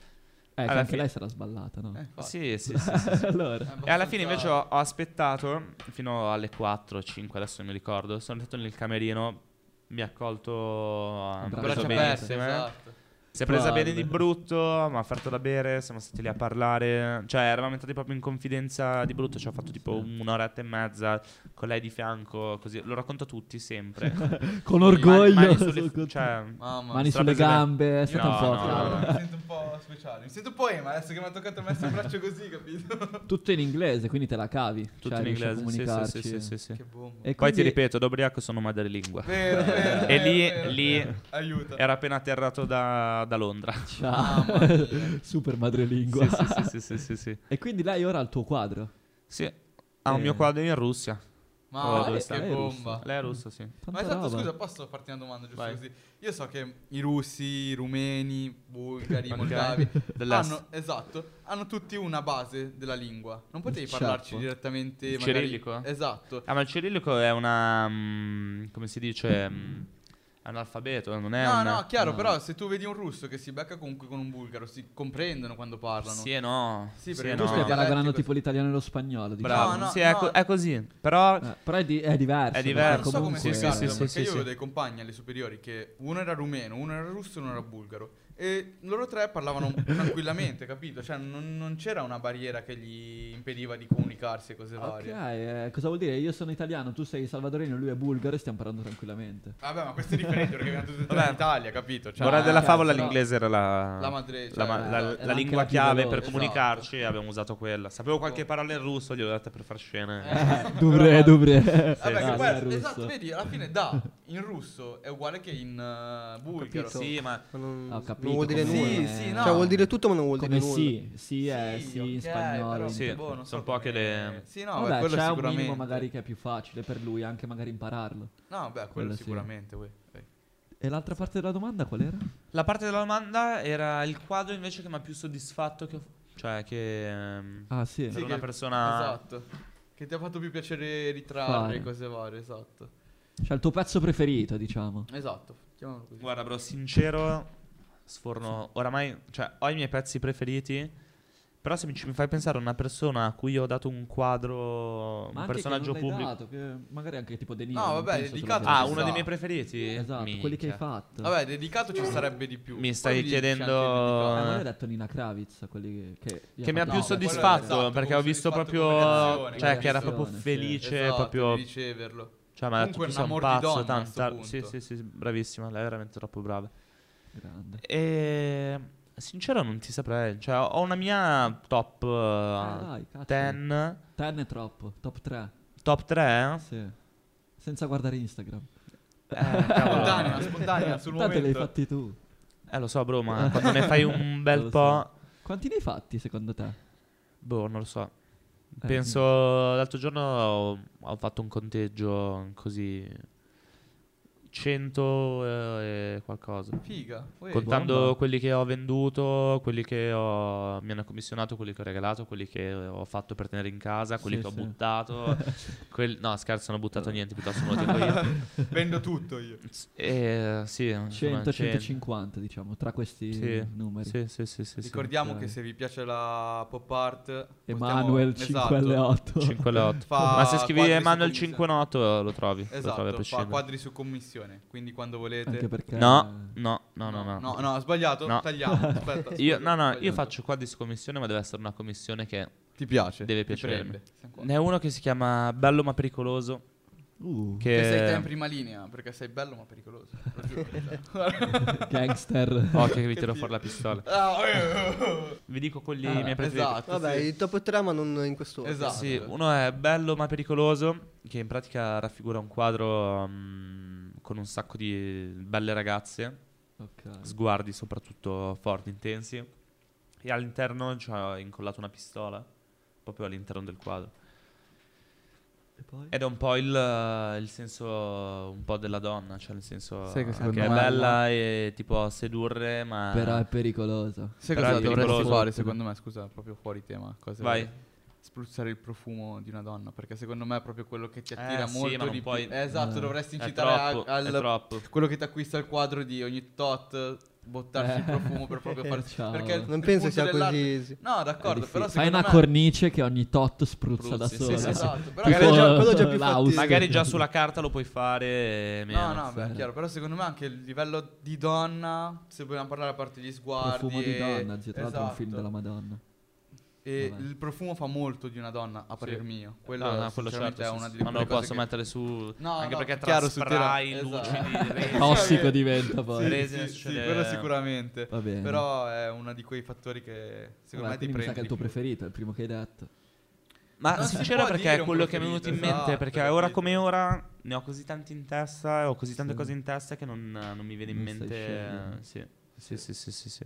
[SPEAKER 3] Eh, che
[SPEAKER 1] Alla
[SPEAKER 3] anche
[SPEAKER 1] fine-
[SPEAKER 3] lei sarà sballata, no?
[SPEAKER 2] Eh, infatti.
[SPEAKER 1] Sì, sì, sì. sì, sì.
[SPEAKER 3] allora.
[SPEAKER 2] È
[SPEAKER 1] E alla fine invece
[SPEAKER 2] abbastanza-
[SPEAKER 1] ho, ho aspettato fino alle 4, 5, adesso non mi ricordo, sono andato nel camerino, mi ha accolto, ha
[SPEAKER 3] Braccia
[SPEAKER 1] preso
[SPEAKER 2] Braccia aperte,
[SPEAKER 1] benissimo. eh.
[SPEAKER 2] esatto.
[SPEAKER 1] Si è presa
[SPEAKER 3] Guarda.
[SPEAKER 1] bene di brutto, mi ha offerto da bere, siamo stati lì a parlare. Cioè, eravamo entrati proprio in confidenza di brutto. Ci ho fatto tipo un'oretta e mezza con lei di fianco, così. Lo racconto a tutti sempre.
[SPEAKER 3] Con orgoglio.
[SPEAKER 1] Mani, mani
[SPEAKER 3] sono
[SPEAKER 1] sulle,
[SPEAKER 3] contento.
[SPEAKER 1] cioè,
[SPEAKER 2] Mamma.
[SPEAKER 3] Mani sulle
[SPEAKER 1] strapresa-
[SPEAKER 3] gambe, è stato
[SPEAKER 1] No,
[SPEAKER 3] un po'. cioè,
[SPEAKER 1] no,
[SPEAKER 3] strano.
[SPEAKER 1] no,
[SPEAKER 2] Mi sento un po' speciale. Mi sento un po' Ema adesso che mi ha toccato messo il braccio così, capito?
[SPEAKER 3] Tutto in inglese, quindi te la cavi.
[SPEAKER 1] tutto
[SPEAKER 3] cioè,
[SPEAKER 1] in
[SPEAKER 3] riesci a
[SPEAKER 1] inglese. Sì, sì,
[SPEAKER 3] comunicarci.
[SPEAKER 1] sì, sì, sì, sì.
[SPEAKER 2] Che bomba.
[SPEAKER 3] E
[SPEAKER 1] Poi ti
[SPEAKER 3] quindi-
[SPEAKER 1] ripeto, da ubriaco sono madrelingua.
[SPEAKER 2] Vero, vero,
[SPEAKER 1] E
[SPEAKER 2] vero,
[SPEAKER 1] lì-
[SPEAKER 2] vero,
[SPEAKER 1] lì-
[SPEAKER 2] vero. Aiuta.
[SPEAKER 1] Era appena atterrato da, da Londra. Sì,
[SPEAKER 3] Ciao.
[SPEAKER 2] Mamma mia.
[SPEAKER 3] Super madrelingua.
[SPEAKER 1] Ah, sì, sì, sì, sì, sì, sì.
[SPEAKER 3] E quindi lei ora ha il tuo quadro.
[SPEAKER 1] Sì, ha un mio
[SPEAKER 3] Eh.
[SPEAKER 1] quadro in Russia.
[SPEAKER 2] Ma
[SPEAKER 1] Oh, dove
[SPEAKER 2] che
[SPEAKER 1] sta?
[SPEAKER 2] bomba.
[SPEAKER 1] Lei è russa, sì.
[SPEAKER 3] Tanta
[SPEAKER 2] Ma esatto,
[SPEAKER 3] roba.
[SPEAKER 2] scusa, posso farti una domanda giusto
[SPEAKER 1] Vai.
[SPEAKER 2] così? Io so che i russi, i rumeni, bulgari, i
[SPEAKER 1] Ok.
[SPEAKER 2] moldavi
[SPEAKER 1] Dell'est.
[SPEAKER 2] hanno, esatto, hanno tutti una base della lingua. Non potevi
[SPEAKER 3] Certo.
[SPEAKER 2] parlarci direttamente
[SPEAKER 1] Il
[SPEAKER 2] magari-
[SPEAKER 1] cirillico?
[SPEAKER 2] Esatto.
[SPEAKER 1] Ah, ma il cirillico è una. mm, come si dice? mm, è un Mm. alfabeto, non è
[SPEAKER 2] No,
[SPEAKER 1] una.
[SPEAKER 2] no, chiaro,
[SPEAKER 3] no.
[SPEAKER 2] però se tu vedi un russo che si becca comunque con un bulgaro, si comprendono quando parlano.
[SPEAKER 1] Sì e no.
[SPEAKER 2] Sì,
[SPEAKER 1] e
[SPEAKER 2] perché
[SPEAKER 1] no.
[SPEAKER 3] Tu stai
[SPEAKER 2] dialettico.
[SPEAKER 3] paragonando tipo l'italiano e lo spagnolo. diciamo.
[SPEAKER 1] Bravo.
[SPEAKER 2] No, no,
[SPEAKER 1] sì, è,
[SPEAKER 2] no.
[SPEAKER 1] co- è così. Però.
[SPEAKER 2] cioè,
[SPEAKER 3] Eh, però è, di- è diverso.
[SPEAKER 1] È
[SPEAKER 3] perché
[SPEAKER 2] Ma
[SPEAKER 1] diverso.
[SPEAKER 2] non so come
[SPEAKER 3] comunque-
[SPEAKER 1] Sì, sì,
[SPEAKER 2] spiegarlo,
[SPEAKER 1] sì,
[SPEAKER 2] perché
[SPEAKER 1] sì,
[SPEAKER 2] io
[SPEAKER 1] sì.
[SPEAKER 2] avevo dei compagni alle superiori che uno era rumeno, uno era russo e uno era bulgaro. E loro tre parlavano tranquillamente, capito? Cioè non, non c'era una barriera che gli impediva di comunicarsi e cose
[SPEAKER 3] Ok,
[SPEAKER 2] varie.
[SPEAKER 3] eh, cosa vuol dire? Io sono italiano, tu sei salvadorino, lui è bulgaro e stiamo parlando tranquillamente.
[SPEAKER 2] Vabbè, ma questo è differente perché abbiamo tutti e tre
[SPEAKER 1] Vabbè.
[SPEAKER 2] in Italia, capito? Cioè,
[SPEAKER 1] Morale della
[SPEAKER 2] eh,
[SPEAKER 1] favola,
[SPEAKER 2] però-
[SPEAKER 1] l'inglese era la,
[SPEAKER 2] La madre-
[SPEAKER 1] la, ma-
[SPEAKER 2] cioè,
[SPEAKER 1] la-
[SPEAKER 2] esatto.
[SPEAKER 1] la
[SPEAKER 3] Era anche
[SPEAKER 1] lingua
[SPEAKER 3] la più
[SPEAKER 1] chiave
[SPEAKER 3] veloce.
[SPEAKER 1] per comunicarci e abbiamo usato quella. Sapevo qualche parola in russo, gliel'ho detta per far scene.
[SPEAKER 2] Eh,
[SPEAKER 3] Dovrei,
[SPEAKER 2] però-
[SPEAKER 3] dovrei.
[SPEAKER 2] Vabbè, che
[SPEAKER 1] sì,
[SPEAKER 2] poi-
[SPEAKER 1] è
[SPEAKER 2] esatto, vedi, alla fine da in russo è uguale che in eh, bulgaro.
[SPEAKER 4] capito.
[SPEAKER 1] Sì, ma
[SPEAKER 4] Ma non,
[SPEAKER 3] Ho
[SPEAKER 4] non
[SPEAKER 3] capito
[SPEAKER 4] vuol dire
[SPEAKER 3] come-
[SPEAKER 4] nulla.
[SPEAKER 2] Sì, sì, no.
[SPEAKER 4] Cioè, vuol dire tutto, ma non vuol
[SPEAKER 3] Come
[SPEAKER 4] dire nulla.
[SPEAKER 3] sì, sì è sì,
[SPEAKER 2] ok,
[SPEAKER 3] in spagnolo.
[SPEAKER 2] però,
[SPEAKER 3] in-
[SPEAKER 1] Sì,
[SPEAKER 2] boh, non
[SPEAKER 1] sono
[SPEAKER 2] so
[SPEAKER 1] poche
[SPEAKER 2] come-
[SPEAKER 1] le-
[SPEAKER 2] Sì, no, beh,
[SPEAKER 3] Vabbè,
[SPEAKER 2] quello
[SPEAKER 3] c'è un
[SPEAKER 2] sicuramente.
[SPEAKER 3] minimo magari che è più facile per lui, anche magari impararlo.
[SPEAKER 2] No, beh, quello,
[SPEAKER 3] Quello sì.
[SPEAKER 2] sicuramente, eh. uè, uè.
[SPEAKER 3] E l'altra parte della domanda qual era?
[SPEAKER 1] la parte della domanda era il quadro invece che mi ha più soddisfatto. Che ho- cioè, che. ehm,
[SPEAKER 3] Ah sì,
[SPEAKER 1] per
[SPEAKER 2] Sì,
[SPEAKER 1] una
[SPEAKER 2] che-
[SPEAKER 1] persona.
[SPEAKER 2] Esatto. Che ti ha fatto più piacere ritrarre
[SPEAKER 3] Fare.
[SPEAKER 2] cose varie, esatto.
[SPEAKER 3] cioè il tuo pezzo preferito diciamo.
[SPEAKER 2] Esatto. Chiamalo così.
[SPEAKER 1] Guarda, bro, sincero, sforno. Oramai, cioè, ho i miei pezzi preferiti. Però se mi, ci- mi fai pensare a una persona a cui ho dato un quadro,
[SPEAKER 3] Ma
[SPEAKER 1] un
[SPEAKER 3] anche che
[SPEAKER 1] personaggio
[SPEAKER 3] non l'hai
[SPEAKER 1] pubblico.
[SPEAKER 3] dato, che magari anche tipo De Niro.
[SPEAKER 2] No,
[SPEAKER 3] non
[SPEAKER 2] vabbè,
[SPEAKER 3] penso te lo
[SPEAKER 2] dedicato-
[SPEAKER 3] chiedi.
[SPEAKER 1] Ah,
[SPEAKER 2] Ci
[SPEAKER 1] uno
[SPEAKER 2] sta.
[SPEAKER 1] dei miei preferiti?
[SPEAKER 3] Esatto,
[SPEAKER 1] Minchia.
[SPEAKER 3] quelli che hai fatto.
[SPEAKER 2] Vabbè, dedicato ci sarebbe di più.
[SPEAKER 1] Mi
[SPEAKER 2] Poi
[SPEAKER 1] stai
[SPEAKER 2] mi dici
[SPEAKER 1] chiedendo-
[SPEAKER 3] Eh,
[SPEAKER 2] anche
[SPEAKER 3] ma
[SPEAKER 1] eh.
[SPEAKER 3] io ho detto Nina Kravitz, quelli che... Che,
[SPEAKER 1] Che mi ha
[SPEAKER 3] fatto-
[SPEAKER 1] più
[SPEAKER 3] No, quello-
[SPEAKER 2] quello
[SPEAKER 1] soddisfatto
[SPEAKER 2] esatto,
[SPEAKER 1] perché ho
[SPEAKER 2] come
[SPEAKER 1] visto
[SPEAKER 2] soddisfatto
[SPEAKER 1] proprio.
[SPEAKER 2] come reazione,
[SPEAKER 1] cioè,
[SPEAKER 3] esatto,
[SPEAKER 2] come
[SPEAKER 1] che era proprio
[SPEAKER 3] reazione, sì.
[SPEAKER 2] dedicato.
[SPEAKER 1] felice.
[SPEAKER 2] Esatto,
[SPEAKER 1] proprio.
[SPEAKER 2] di riceverlo.
[SPEAKER 1] Cioè, mi ha detto tu
[SPEAKER 2] Comunque è
[SPEAKER 1] sei
[SPEAKER 2] un
[SPEAKER 1] un
[SPEAKER 2] amor di
[SPEAKER 1] pazzo.
[SPEAKER 2] donna a
[SPEAKER 1] Tanto,
[SPEAKER 2] sto
[SPEAKER 1] tan-
[SPEAKER 2] punto.
[SPEAKER 1] sì, sì, sì, bravissima. Lei è veramente troppo brava.
[SPEAKER 3] Grande.
[SPEAKER 1] E. Sincero, non ti saprei. Cioè, ho una mia top
[SPEAKER 3] Eh, dai, cazzo.
[SPEAKER 1] 10.
[SPEAKER 3] Ten è troppo, top 3.
[SPEAKER 1] Top 3?
[SPEAKER 3] Sì. Senza guardare Instagram.
[SPEAKER 1] Ah,
[SPEAKER 3] Eh,
[SPEAKER 2] Spontanea, spontanea, sul
[SPEAKER 3] Tanto li hai
[SPEAKER 2] momento.
[SPEAKER 3] fatti tu.
[SPEAKER 1] Eh, lo so, bro, ma quando ne fai un bel
[SPEAKER 3] Lo so.
[SPEAKER 1] po'.
[SPEAKER 3] Quanti ne hai fatti secondo te? Eh,
[SPEAKER 1] Boh, non lo so. Penso l'altro giorno ho, ho fatto un conteggio così 100 eh, e qualcosa.
[SPEAKER 2] Figa. uè.
[SPEAKER 1] Contando
[SPEAKER 3] bomba.
[SPEAKER 1] quelli che ho venduto, quelli che ho- mi hanno commissionato, quelli che ho regalato, quelli che ho fatto per tenere in casa, quelli
[SPEAKER 3] Sì,
[SPEAKER 1] che ho
[SPEAKER 3] sì.
[SPEAKER 1] buttato. quel- no, scherzo, non ho buttato niente, piuttosto me lo tengo io.
[SPEAKER 2] Vendo tutto io.
[SPEAKER 1] Eh, sì, insomma, 100.
[SPEAKER 3] 100, 150 diciamo, tra questi
[SPEAKER 1] Sì,
[SPEAKER 3] numeri.
[SPEAKER 1] Sì, sì, sì, sì, sì.
[SPEAKER 2] Ricordiamo
[SPEAKER 3] ok.
[SPEAKER 2] che se vi piace la pop art, possiamo-
[SPEAKER 3] Emanuel
[SPEAKER 2] esatto,
[SPEAKER 3] 5L8.
[SPEAKER 1] 5 lotto.
[SPEAKER 2] Fa
[SPEAKER 1] Ma se scrivi
[SPEAKER 2] quadri su
[SPEAKER 1] Emanuel
[SPEAKER 2] commissione.
[SPEAKER 1] 5 noto eh, lo trovi. lo trovi a
[SPEAKER 2] Esatto, fa
[SPEAKER 1] prescindere.
[SPEAKER 2] quadri su commissione, quindi quando volete
[SPEAKER 3] Anche perché...
[SPEAKER 1] No, no, no, no, no.
[SPEAKER 2] No, no, ho sbagliato,
[SPEAKER 1] No.
[SPEAKER 2] tagliamo. Aspetta,
[SPEAKER 1] Io,
[SPEAKER 2] scusa,
[SPEAKER 1] no,
[SPEAKER 2] ho
[SPEAKER 1] no, io
[SPEAKER 2] sbagliato.
[SPEAKER 1] faccio qua discommissione, ma deve essere una commissione che...
[SPEAKER 2] Ti piace?
[SPEAKER 1] Deve
[SPEAKER 2] Ti
[SPEAKER 1] piacermi.
[SPEAKER 2] prende. Siamo qua.
[SPEAKER 1] Ne è uno che si chiama Bello ma pericoloso.
[SPEAKER 3] Uh,
[SPEAKER 1] Che,
[SPEAKER 2] Che sei te in prima linea, perché sei bello ma pericoloso. lo giuro, cioè.
[SPEAKER 3] gangster.
[SPEAKER 1] Occhio Oh, che vi tiro fuori la pistola.
[SPEAKER 2] Ah, eh,
[SPEAKER 1] Vi dico quelli
[SPEAKER 3] Ah,
[SPEAKER 1] miei preferiti.
[SPEAKER 2] esatto.
[SPEAKER 4] Vabbè,
[SPEAKER 2] sì.
[SPEAKER 4] il top 3 ma non in quest'ora.
[SPEAKER 2] Esatto.
[SPEAKER 1] Sì, uno è Bello ma pericoloso, che in pratica raffigura un quadro mm, con un sacco di belle ragazze.
[SPEAKER 3] Ok.
[SPEAKER 1] sguardi soprattutto forti, intensi. E all'interno c'ha incollato una pistola, proprio all'interno del quadro.
[SPEAKER 3] E poi?
[SPEAKER 1] Ed è un po' il, eh, il senso un po' della donna, cioè nel senso
[SPEAKER 2] Sai che
[SPEAKER 1] eh,
[SPEAKER 2] secondo
[SPEAKER 1] che è
[SPEAKER 2] me-
[SPEAKER 1] bella e tipo a sedurre, ma...
[SPEAKER 3] Però è pericoloso.
[SPEAKER 2] Sai
[SPEAKER 1] Però
[SPEAKER 2] cosa
[SPEAKER 1] è
[SPEAKER 2] dovresti
[SPEAKER 1] pericoloso.
[SPEAKER 2] fare secondo me? Scusa, proprio fuori tema. Cosa
[SPEAKER 1] Vai.
[SPEAKER 2] Spruzzare il profumo di una donna, perché secondo me è proprio quello che ti attira
[SPEAKER 1] Eh, sì,
[SPEAKER 2] molto
[SPEAKER 1] ma non
[SPEAKER 2] di più.
[SPEAKER 1] puoi-
[SPEAKER 2] Eh, Esatto,
[SPEAKER 3] Eh.
[SPEAKER 2] dovresti
[SPEAKER 1] È
[SPEAKER 2] incitare
[SPEAKER 1] troppo,
[SPEAKER 2] a-
[SPEAKER 1] è
[SPEAKER 2] al
[SPEAKER 1] troppo.
[SPEAKER 2] quello che ti acquista il quadro di ogni tot buttarci il
[SPEAKER 3] Eh.
[SPEAKER 2] profumo per proprio far
[SPEAKER 3] Ciao.
[SPEAKER 2] perché il-
[SPEAKER 4] Non
[SPEAKER 2] il
[SPEAKER 4] penso
[SPEAKER 2] punto
[SPEAKER 4] sia
[SPEAKER 2] dell'arte-
[SPEAKER 4] così easy.
[SPEAKER 2] No,
[SPEAKER 3] È
[SPEAKER 2] d'accordo,
[SPEAKER 3] difficile.
[SPEAKER 2] però
[SPEAKER 3] Fai
[SPEAKER 2] secondo
[SPEAKER 3] una
[SPEAKER 2] me
[SPEAKER 3] cornice che ogni tot spruzza da
[SPEAKER 1] Spruzzi, sì,
[SPEAKER 3] sola.
[SPEAKER 2] Sì, sì, esatto, però
[SPEAKER 3] Tipo-
[SPEAKER 4] Magari già- quello già più
[SPEAKER 3] l'Austin.
[SPEAKER 4] fattibile.
[SPEAKER 1] Magari già sulla carta lo puoi fare. eh,
[SPEAKER 2] No,
[SPEAKER 1] meno.
[SPEAKER 2] no, beh, è chiaro, però secondo me anche il livello di donna, se vogliamo parlare a parte gli sguardi
[SPEAKER 3] Profumo di
[SPEAKER 2] e-
[SPEAKER 3] donna, zio, tra l'altro è un
[SPEAKER 2] esatto.
[SPEAKER 3] film della Madonna.
[SPEAKER 2] E
[SPEAKER 3] Vabbè.
[SPEAKER 2] il profumo fa molto di una donna, a parer
[SPEAKER 1] Sì.
[SPEAKER 2] mio. Quello,
[SPEAKER 1] No, no, quello certo,
[SPEAKER 2] sinceramente è
[SPEAKER 1] sì,
[SPEAKER 2] una
[SPEAKER 1] sì.
[SPEAKER 2] delle
[SPEAKER 1] ma non lo
[SPEAKER 2] cose
[SPEAKER 1] posso
[SPEAKER 2] che-
[SPEAKER 1] mettere su...
[SPEAKER 2] No,
[SPEAKER 1] anche
[SPEAKER 2] no,
[SPEAKER 1] perché tra
[SPEAKER 2] chiaro, su
[SPEAKER 1] spray,
[SPEAKER 2] tira-
[SPEAKER 1] lucidi,
[SPEAKER 2] esatto.
[SPEAKER 1] resine,
[SPEAKER 3] Tossico diventa poi.
[SPEAKER 1] Eh, Sì.
[SPEAKER 2] Sì,
[SPEAKER 1] Resine
[SPEAKER 2] sì,
[SPEAKER 1] succede-
[SPEAKER 2] quello sicuramente.
[SPEAKER 3] Va bene.
[SPEAKER 2] Però è uno di quei fattori che secondo
[SPEAKER 3] Vabbè,
[SPEAKER 2] me ti
[SPEAKER 3] quindi mi sa che
[SPEAKER 2] prende.
[SPEAKER 3] è il
[SPEAKER 2] di
[SPEAKER 3] tuo
[SPEAKER 2] più.
[SPEAKER 3] preferito, è il primo che hai detto.
[SPEAKER 1] Ma
[SPEAKER 2] Non si
[SPEAKER 1] sincero
[SPEAKER 2] può
[SPEAKER 1] perché
[SPEAKER 2] dire
[SPEAKER 1] è
[SPEAKER 2] un
[SPEAKER 1] quello che mi è venuto
[SPEAKER 2] preferito,
[SPEAKER 1] in mente,
[SPEAKER 2] esatto,
[SPEAKER 1] perché ora
[SPEAKER 2] capito.
[SPEAKER 1] come ora ne ho così tanti in testa e ho così tante
[SPEAKER 3] Sì.
[SPEAKER 1] cose in testa che non, non mi viene in
[SPEAKER 3] Non stai
[SPEAKER 1] mente.
[SPEAKER 3] scegliendo.
[SPEAKER 1] Sì. Sì, sì, sì, sì, sì.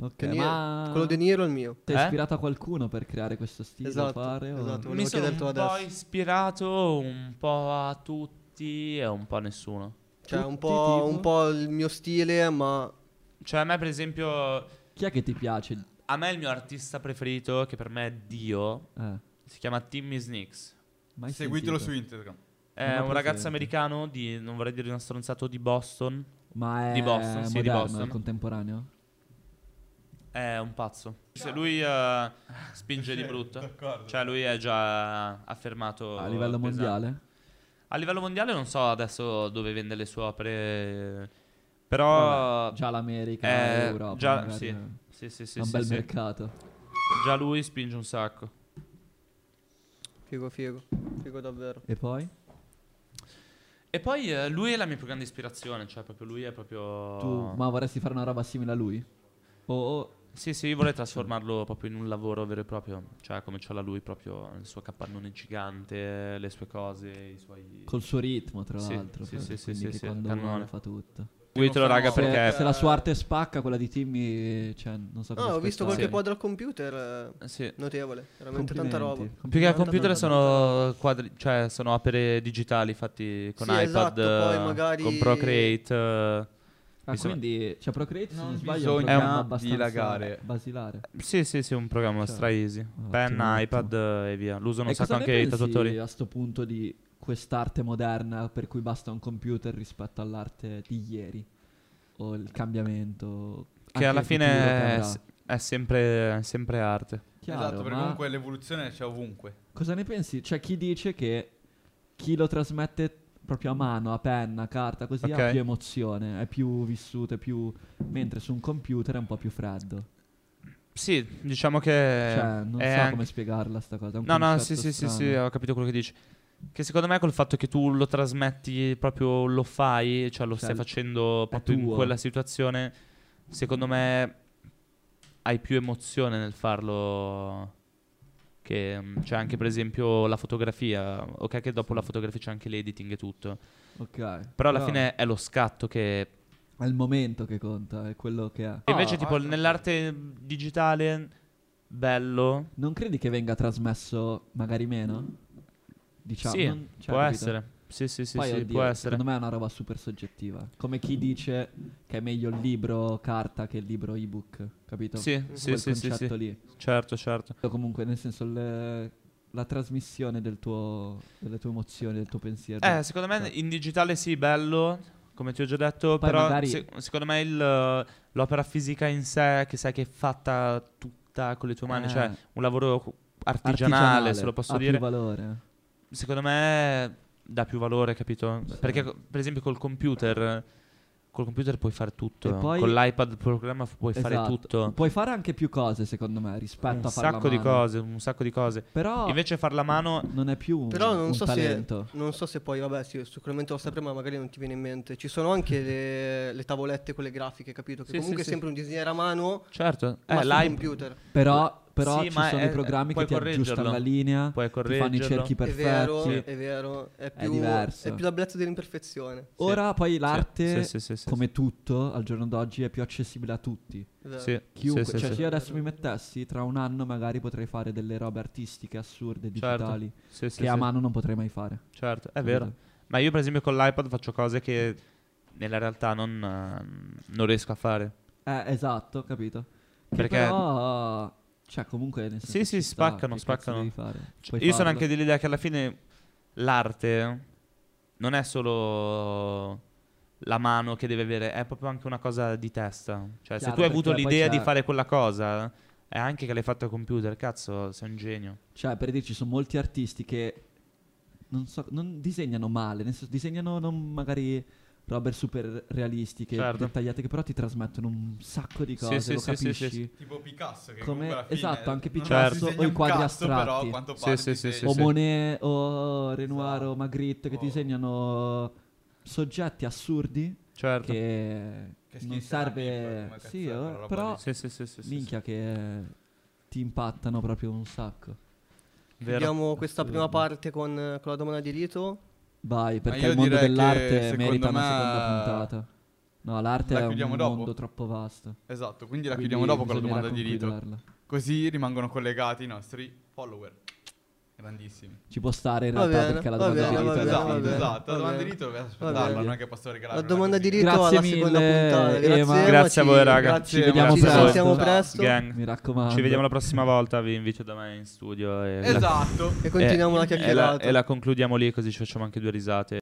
[SPEAKER 3] Ok,
[SPEAKER 4] De Niro-
[SPEAKER 3] ma
[SPEAKER 4] Quello di Niro è il mio.
[SPEAKER 3] ti
[SPEAKER 1] Eh?
[SPEAKER 3] hai ispirato a qualcuno per creare questo stile?
[SPEAKER 4] Esatto,
[SPEAKER 3] fare, o-
[SPEAKER 4] esatto.
[SPEAKER 1] Mi
[SPEAKER 4] Volevo
[SPEAKER 1] sono un
[SPEAKER 4] chiedertelo
[SPEAKER 1] po'
[SPEAKER 4] adesso.
[SPEAKER 1] ispirato un po' a tutti e un po' a nessuno.
[SPEAKER 4] Cioè,
[SPEAKER 3] Tutti,
[SPEAKER 4] un po',
[SPEAKER 3] tipo?
[SPEAKER 4] un po' il mio stile, ma
[SPEAKER 1] Cioè a me per esempio,
[SPEAKER 3] Chi è che ti piace?
[SPEAKER 1] a me il mio artista preferito, che per me è Dio,
[SPEAKER 3] Eh,
[SPEAKER 1] si chiama Timmy Snicks.
[SPEAKER 3] mai
[SPEAKER 2] Seguitelo
[SPEAKER 3] sentito.
[SPEAKER 2] su Instagram.
[SPEAKER 1] È
[SPEAKER 3] Non ho
[SPEAKER 1] un ragazzo
[SPEAKER 3] presente.
[SPEAKER 1] americano di, non vorrei dire una stronzato, di Boston.
[SPEAKER 3] Ma è
[SPEAKER 1] Di Boston, sì, di
[SPEAKER 3] moderno,
[SPEAKER 1] Boston.
[SPEAKER 3] è contemporaneo?
[SPEAKER 1] È un pazzo. Se lui eh, spinge di brutto.
[SPEAKER 2] D'accordo.
[SPEAKER 1] Cioè, lui è già affermato
[SPEAKER 3] a livello
[SPEAKER 1] pesante.
[SPEAKER 3] mondiale?
[SPEAKER 1] A livello mondiale, non so adesso dove vende le sue opere. Però.
[SPEAKER 3] Vabbè, già l'America,
[SPEAKER 1] Ah. eh,
[SPEAKER 3] l'Europa.
[SPEAKER 1] già-
[SPEAKER 3] magari,
[SPEAKER 1] sì.
[SPEAKER 3] eh,
[SPEAKER 1] Sì, sì,
[SPEAKER 3] è
[SPEAKER 1] sì,
[SPEAKER 3] un
[SPEAKER 1] sì,
[SPEAKER 3] bel
[SPEAKER 1] sì.
[SPEAKER 3] mercato.
[SPEAKER 1] Già lui spinge un sacco.
[SPEAKER 4] figo, figo. Figo davvero.
[SPEAKER 3] E poi?
[SPEAKER 1] E poi eh, lui è la mia più grande ispirazione. Cioè, proprio lui è proprio.
[SPEAKER 3] Tu, ma vorresti fare una roba simile a lui? O, o-
[SPEAKER 1] Sì, sì, io vorrei trasformarlo proprio in un lavoro vero e proprio. Cioè, come ce l'ha lui, proprio il suo capannone gigante, le sue cose, i suoi.
[SPEAKER 3] col suo ritmo, tra
[SPEAKER 1] Sì,
[SPEAKER 3] l'altro.
[SPEAKER 1] sì, sì, sì,
[SPEAKER 3] quindi
[SPEAKER 1] sì,
[SPEAKER 3] che
[SPEAKER 1] sì,
[SPEAKER 3] quando
[SPEAKER 1] cannone.
[SPEAKER 3] vuole fa tutto.
[SPEAKER 1] Seguitelo,
[SPEAKER 2] Non so,
[SPEAKER 1] raga,
[SPEAKER 2] no,
[SPEAKER 3] Se,
[SPEAKER 1] perché.
[SPEAKER 3] se la sua arte spacca, quella di Timmy, eh, cioè, non so
[SPEAKER 4] No,
[SPEAKER 3] cosa
[SPEAKER 4] Ah, ho
[SPEAKER 3] aspettare.
[SPEAKER 4] visto qualche quadro al computer. eh,
[SPEAKER 1] Sì.
[SPEAKER 4] Notevole, veramente tanta roba.
[SPEAKER 3] Complimenti.
[SPEAKER 1] Più che a
[SPEAKER 4] Tanta,
[SPEAKER 1] computer
[SPEAKER 4] tanta,
[SPEAKER 1] sono quadri, cioè sono opere digitali fatti con
[SPEAKER 4] Sì,
[SPEAKER 1] iPad,
[SPEAKER 4] esatto, poi
[SPEAKER 1] eh,
[SPEAKER 4] magari-
[SPEAKER 1] con Procreate. eh.
[SPEAKER 3] Ah,
[SPEAKER 1] Mi sembra-
[SPEAKER 3] quindi, cioè, Procreate, se
[SPEAKER 2] Non
[SPEAKER 3] non sbaglio, è un
[SPEAKER 2] bisogna
[SPEAKER 3] programma abbastanza
[SPEAKER 2] dilagare.
[SPEAKER 3] basilare.
[SPEAKER 1] Sì, sì, sì, un programma
[SPEAKER 3] Cioè,
[SPEAKER 1] stra easy. Pen,
[SPEAKER 3] ottimo,
[SPEAKER 1] iPad eh, e via. Lo usano
[SPEAKER 3] e
[SPEAKER 1] un sacco
[SPEAKER 3] cosa ne
[SPEAKER 1] anche i
[SPEAKER 3] pensi
[SPEAKER 1] tatuatori.
[SPEAKER 3] a sto punto di quest'arte moderna per cui basta un computer rispetto all'arte di ieri o il cambiamento.
[SPEAKER 1] Che
[SPEAKER 3] anche
[SPEAKER 1] alla
[SPEAKER 3] il futuro che
[SPEAKER 1] fine è,
[SPEAKER 3] andrà.
[SPEAKER 1] è sempre, è sempre arte.
[SPEAKER 3] Chiaro,
[SPEAKER 2] esatto, perché
[SPEAKER 3] ma
[SPEAKER 2] comunque l'evoluzione c'è ovunque.
[SPEAKER 3] Cosa ne pensi? C'è chi dice che chi lo trasmette proprio a mano, a penna, a carta, così
[SPEAKER 1] Ok.
[SPEAKER 3] ha più emozione, è più vissuto, è più... mentre su un computer è un po' più freddo.
[SPEAKER 1] Sì, diciamo che...
[SPEAKER 3] cioè, non so
[SPEAKER 1] è eh, anche-
[SPEAKER 3] come spiegarla sta cosa. è un
[SPEAKER 1] No, no, sì,
[SPEAKER 3] concetto
[SPEAKER 1] sì, sì, sì,
[SPEAKER 3] strano.
[SPEAKER 1] ho capito quello che dici. Che secondo me col fatto che tu lo trasmetti, proprio lo fai, cioè lo
[SPEAKER 3] Cioè,
[SPEAKER 1] stai facendo proprio in
[SPEAKER 3] tuo.
[SPEAKER 1] quella situazione, secondo me hai più emozione nel farlo. Che mm, c'è anche per esempio la fotografia, ok che dopo la fotografia c'è anche l'editing e tutto,
[SPEAKER 3] Ok.
[SPEAKER 1] però alla fine è lo scatto che
[SPEAKER 3] È il momento che conta, è quello che è.
[SPEAKER 1] E invece, tipo,
[SPEAKER 2] guarda.
[SPEAKER 1] nell'arte digitale, bello.
[SPEAKER 3] Non credi che venga trasmesso magari meno? Diciamo,
[SPEAKER 1] sì,
[SPEAKER 3] non- cioè,
[SPEAKER 1] può
[SPEAKER 3] capito?
[SPEAKER 1] essere. Sì, sì, sì,
[SPEAKER 3] Poi,
[SPEAKER 1] sì,
[SPEAKER 3] oddio,
[SPEAKER 1] può essere.
[SPEAKER 3] Secondo me è una roba super soggettiva. Come chi dice che è meglio il libro carta che il libro ebook, capito?
[SPEAKER 1] Sì,
[SPEAKER 3] Quel
[SPEAKER 1] sì, sì, sì,
[SPEAKER 3] concetto
[SPEAKER 1] sì.
[SPEAKER 3] lì.
[SPEAKER 1] Certo, certo.
[SPEAKER 3] O Comunque, nel senso, le- la trasmissione del tuo, delle tue emozioni, del tuo pensiero.
[SPEAKER 1] Eh, secondo me in digitale sì, bello, come ti ho già detto,
[SPEAKER 3] Poi
[SPEAKER 1] però
[SPEAKER 3] magari-
[SPEAKER 1] se- secondo me il, eh, l'opera fisica in sé, che sai che è fatta tutta con le tue mani,
[SPEAKER 3] Eh.
[SPEAKER 1] cioè un lavoro cu- artigianale,
[SPEAKER 3] artigianale,
[SPEAKER 1] se lo posso
[SPEAKER 3] ha
[SPEAKER 1] dire,
[SPEAKER 3] più valore.
[SPEAKER 1] secondo me dà più valore, capito? Perché
[SPEAKER 3] Eh.
[SPEAKER 1] co- per esempio col computer col computer puoi fare tutto,
[SPEAKER 3] E poi-
[SPEAKER 1] con l'iPad programma f- puoi fare
[SPEAKER 3] Esatto.
[SPEAKER 1] tutto.
[SPEAKER 3] Puoi fare anche più cose, secondo me, rispetto
[SPEAKER 1] un
[SPEAKER 3] a farla a
[SPEAKER 1] sacco di
[SPEAKER 3] mano. Oh.
[SPEAKER 1] cose, un sacco di cose.
[SPEAKER 3] Però
[SPEAKER 1] Invece farla a mano
[SPEAKER 3] non è più un,
[SPEAKER 4] Però non
[SPEAKER 3] un
[SPEAKER 4] so, se,
[SPEAKER 3] talento.
[SPEAKER 4] non so se poi, vabbè, sì, sicuramente lo sai prima, magari non ti viene in mente. Ci sono anche le, le tavolette, quelle grafiche, capito? Che
[SPEAKER 1] Sì, sì,
[SPEAKER 4] comunque
[SPEAKER 1] sì.
[SPEAKER 4] è sempre un disegnare a mano,
[SPEAKER 1] Certo,
[SPEAKER 4] ma
[SPEAKER 1] eh,
[SPEAKER 4] sul
[SPEAKER 1] l'i-
[SPEAKER 4] computer.
[SPEAKER 3] Però, però
[SPEAKER 1] Sì,
[SPEAKER 3] ci
[SPEAKER 1] ma
[SPEAKER 3] sono
[SPEAKER 1] è-
[SPEAKER 3] i programmi
[SPEAKER 1] puoi
[SPEAKER 3] che ti aggiustano
[SPEAKER 1] correggerlo.
[SPEAKER 3] la linea,
[SPEAKER 1] puoi
[SPEAKER 3] ti fanno i
[SPEAKER 1] correggerlo.
[SPEAKER 3] cerchi
[SPEAKER 4] È vero,
[SPEAKER 3] perfetti.
[SPEAKER 4] è vero. È, più,
[SPEAKER 3] diverso.
[SPEAKER 4] È più la bellezza dell'imperfezione.
[SPEAKER 3] Ora poi l'arte,
[SPEAKER 1] Sì, sì, sì, sì, sì.
[SPEAKER 3] come tutto, al giorno d'oggi è più accessibile a tutti.
[SPEAKER 4] è vero.
[SPEAKER 1] Sì,
[SPEAKER 3] Chiunque,
[SPEAKER 1] sì, sì,
[SPEAKER 3] cioè
[SPEAKER 1] sì.
[SPEAKER 3] se io adesso mi mettessi, tra un anno magari potrei fare delle robe artistiche assurde, digitali,
[SPEAKER 1] Sì, Certo. sì,
[SPEAKER 3] che Mm. a
[SPEAKER 1] sì.
[SPEAKER 3] mano non potrei mai fare.
[SPEAKER 1] Certo, è vero. Ma io per esempio con l'iPad faccio cose che nella realtà non, eh, non riesco a fare.
[SPEAKER 3] Eh, esatto, capito. Che
[SPEAKER 1] Perché-
[SPEAKER 3] Però, cioè comunque... nel senso,
[SPEAKER 1] Sì,
[SPEAKER 3] ci
[SPEAKER 1] sì,
[SPEAKER 3] sta,
[SPEAKER 1] spaccano,
[SPEAKER 3] che cazzo
[SPEAKER 1] spaccano.
[SPEAKER 3] devi fare?
[SPEAKER 1] Cioè,
[SPEAKER 3] Puoi
[SPEAKER 1] io sono
[SPEAKER 3] farlo.
[SPEAKER 1] anche dell'idea che alla fine l'arte non è solo la mano che deve avere, è proprio anche una cosa di testa. Cioè, se
[SPEAKER 3] Chiaro,
[SPEAKER 1] tu hai avuto
[SPEAKER 3] perché poi
[SPEAKER 1] l'idea
[SPEAKER 3] c'è-
[SPEAKER 1] di fare quella cosa, è anche che l'hai fatta al computer, cazzo, sei un genio.
[SPEAKER 3] Cioè, per dirci, sono molti artisti che non, so, non disegnano male, nel senso, disegnano non magari robe super realistiche,
[SPEAKER 1] Certo.
[SPEAKER 3] dettagliate, che però ti trasmettono un sacco di
[SPEAKER 1] Sì,
[SPEAKER 3] cose,
[SPEAKER 1] sì,
[SPEAKER 3] lo
[SPEAKER 1] sì, sì,
[SPEAKER 3] capisci.
[SPEAKER 1] sì,
[SPEAKER 2] Tipo Picasso che
[SPEAKER 3] Come-
[SPEAKER 2] comunque alla fine
[SPEAKER 3] esatto, anche
[SPEAKER 2] non
[SPEAKER 3] Picasso
[SPEAKER 2] disegna
[SPEAKER 3] o i
[SPEAKER 2] un
[SPEAKER 3] quadri
[SPEAKER 2] cazzo,
[SPEAKER 3] astratti.
[SPEAKER 2] Però quanto
[SPEAKER 1] Sì,
[SPEAKER 2] pare
[SPEAKER 1] sì, sì,
[SPEAKER 2] disegna.
[SPEAKER 3] O
[SPEAKER 1] sì.
[SPEAKER 3] Monet, o Renoir, o Magritte, che
[SPEAKER 2] Oh.
[SPEAKER 3] disegnano soggetti assurdi
[SPEAKER 1] Certo.
[SPEAKER 3] che,
[SPEAKER 2] Che
[SPEAKER 3] non
[SPEAKER 2] schizza la
[SPEAKER 3] serve...
[SPEAKER 2] pippa, come
[SPEAKER 3] Sì,
[SPEAKER 2] cazzo è
[SPEAKER 3] eh,
[SPEAKER 2] quella roba
[SPEAKER 3] però
[SPEAKER 2] lì.
[SPEAKER 1] Sì, sì, sì, sì, sì,
[SPEAKER 3] minchia che ti impattano proprio un sacco.
[SPEAKER 1] sì. Vero.
[SPEAKER 4] Chiudiamo questa prima
[SPEAKER 3] Assurdo.
[SPEAKER 4] parte con, con la domanda di Lito.
[SPEAKER 3] Vai, perché
[SPEAKER 2] io
[SPEAKER 3] il mondo
[SPEAKER 2] direi che,
[SPEAKER 3] dell'arte
[SPEAKER 2] secondo
[SPEAKER 3] merita una
[SPEAKER 2] me,
[SPEAKER 3] seconda puntata. No, l'arte
[SPEAKER 2] la
[SPEAKER 3] è un
[SPEAKER 2] chiudiamo dopo?
[SPEAKER 3] mondo troppo vasto.
[SPEAKER 2] Esatto, quindi la
[SPEAKER 3] Quindi
[SPEAKER 2] chiudiamo dopo con la
[SPEAKER 3] bisognerà
[SPEAKER 2] domanda di Rito.
[SPEAKER 3] concluderla.
[SPEAKER 2] Così rimangono collegati i nostri follower. Grandissimi.
[SPEAKER 3] Ci può stare in
[SPEAKER 4] Va
[SPEAKER 3] realtà
[SPEAKER 4] bene,
[SPEAKER 3] perché la
[SPEAKER 4] va
[SPEAKER 3] domanda
[SPEAKER 4] bene,
[SPEAKER 3] di Rito
[SPEAKER 4] va
[SPEAKER 3] è
[SPEAKER 4] bene,
[SPEAKER 3] la
[SPEAKER 2] esatto,
[SPEAKER 4] va
[SPEAKER 3] fine.
[SPEAKER 4] bene.
[SPEAKER 2] esatto. La
[SPEAKER 4] va
[SPEAKER 2] domanda di
[SPEAKER 4] bene.
[SPEAKER 2] Rito doveva
[SPEAKER 4] Va
[SPEAKER 2] aspettarla,
[SPEAKER 4] bene.
[SPEAKER 2] non è che posso regalare
[SPEAKER 4] La domanda di Rito
[SPEAKER 3] Grazie
[SPEAKER 4] alla seconda
[SPEAKER 3] mille,
[SPEAKER 4] puntata. Grazie,
[SPEAKER 3] Ema.
[SPEAKER 4] Ema,
[SPEAKER 1] Grazie a
[SPEAKER 4] ci-
[SPEAKER 1] voi, raga.
[SPEAKER 4] grazie,
[SPEAKER 1] Ci vediamo
[SPEAKER 4] Ema,
[SPEAKER 1] presto.
[SPEAKER 4] Ci sentiamo
[SPEAKER 2] Ciao.
[SPEAKER 4] presto.
[SPEAKER 1] Gang.
[SPEAKER 3] Mi raccomando.
[SPEAKER 1] Ci vediamo la prossima volta, vi invito da me in studio. E
[SPEAKER 2] Esatto.
[SPEAKER 4] E continuiamo
[SPEAKER 1] Eh,
[SPEAKER 4] la
[SPEAKER 1] e la-
[SPEAKER 4] chiacchierata.
[SPEAKER 1] e la concludiamo lì così ci facciamo anche due risate.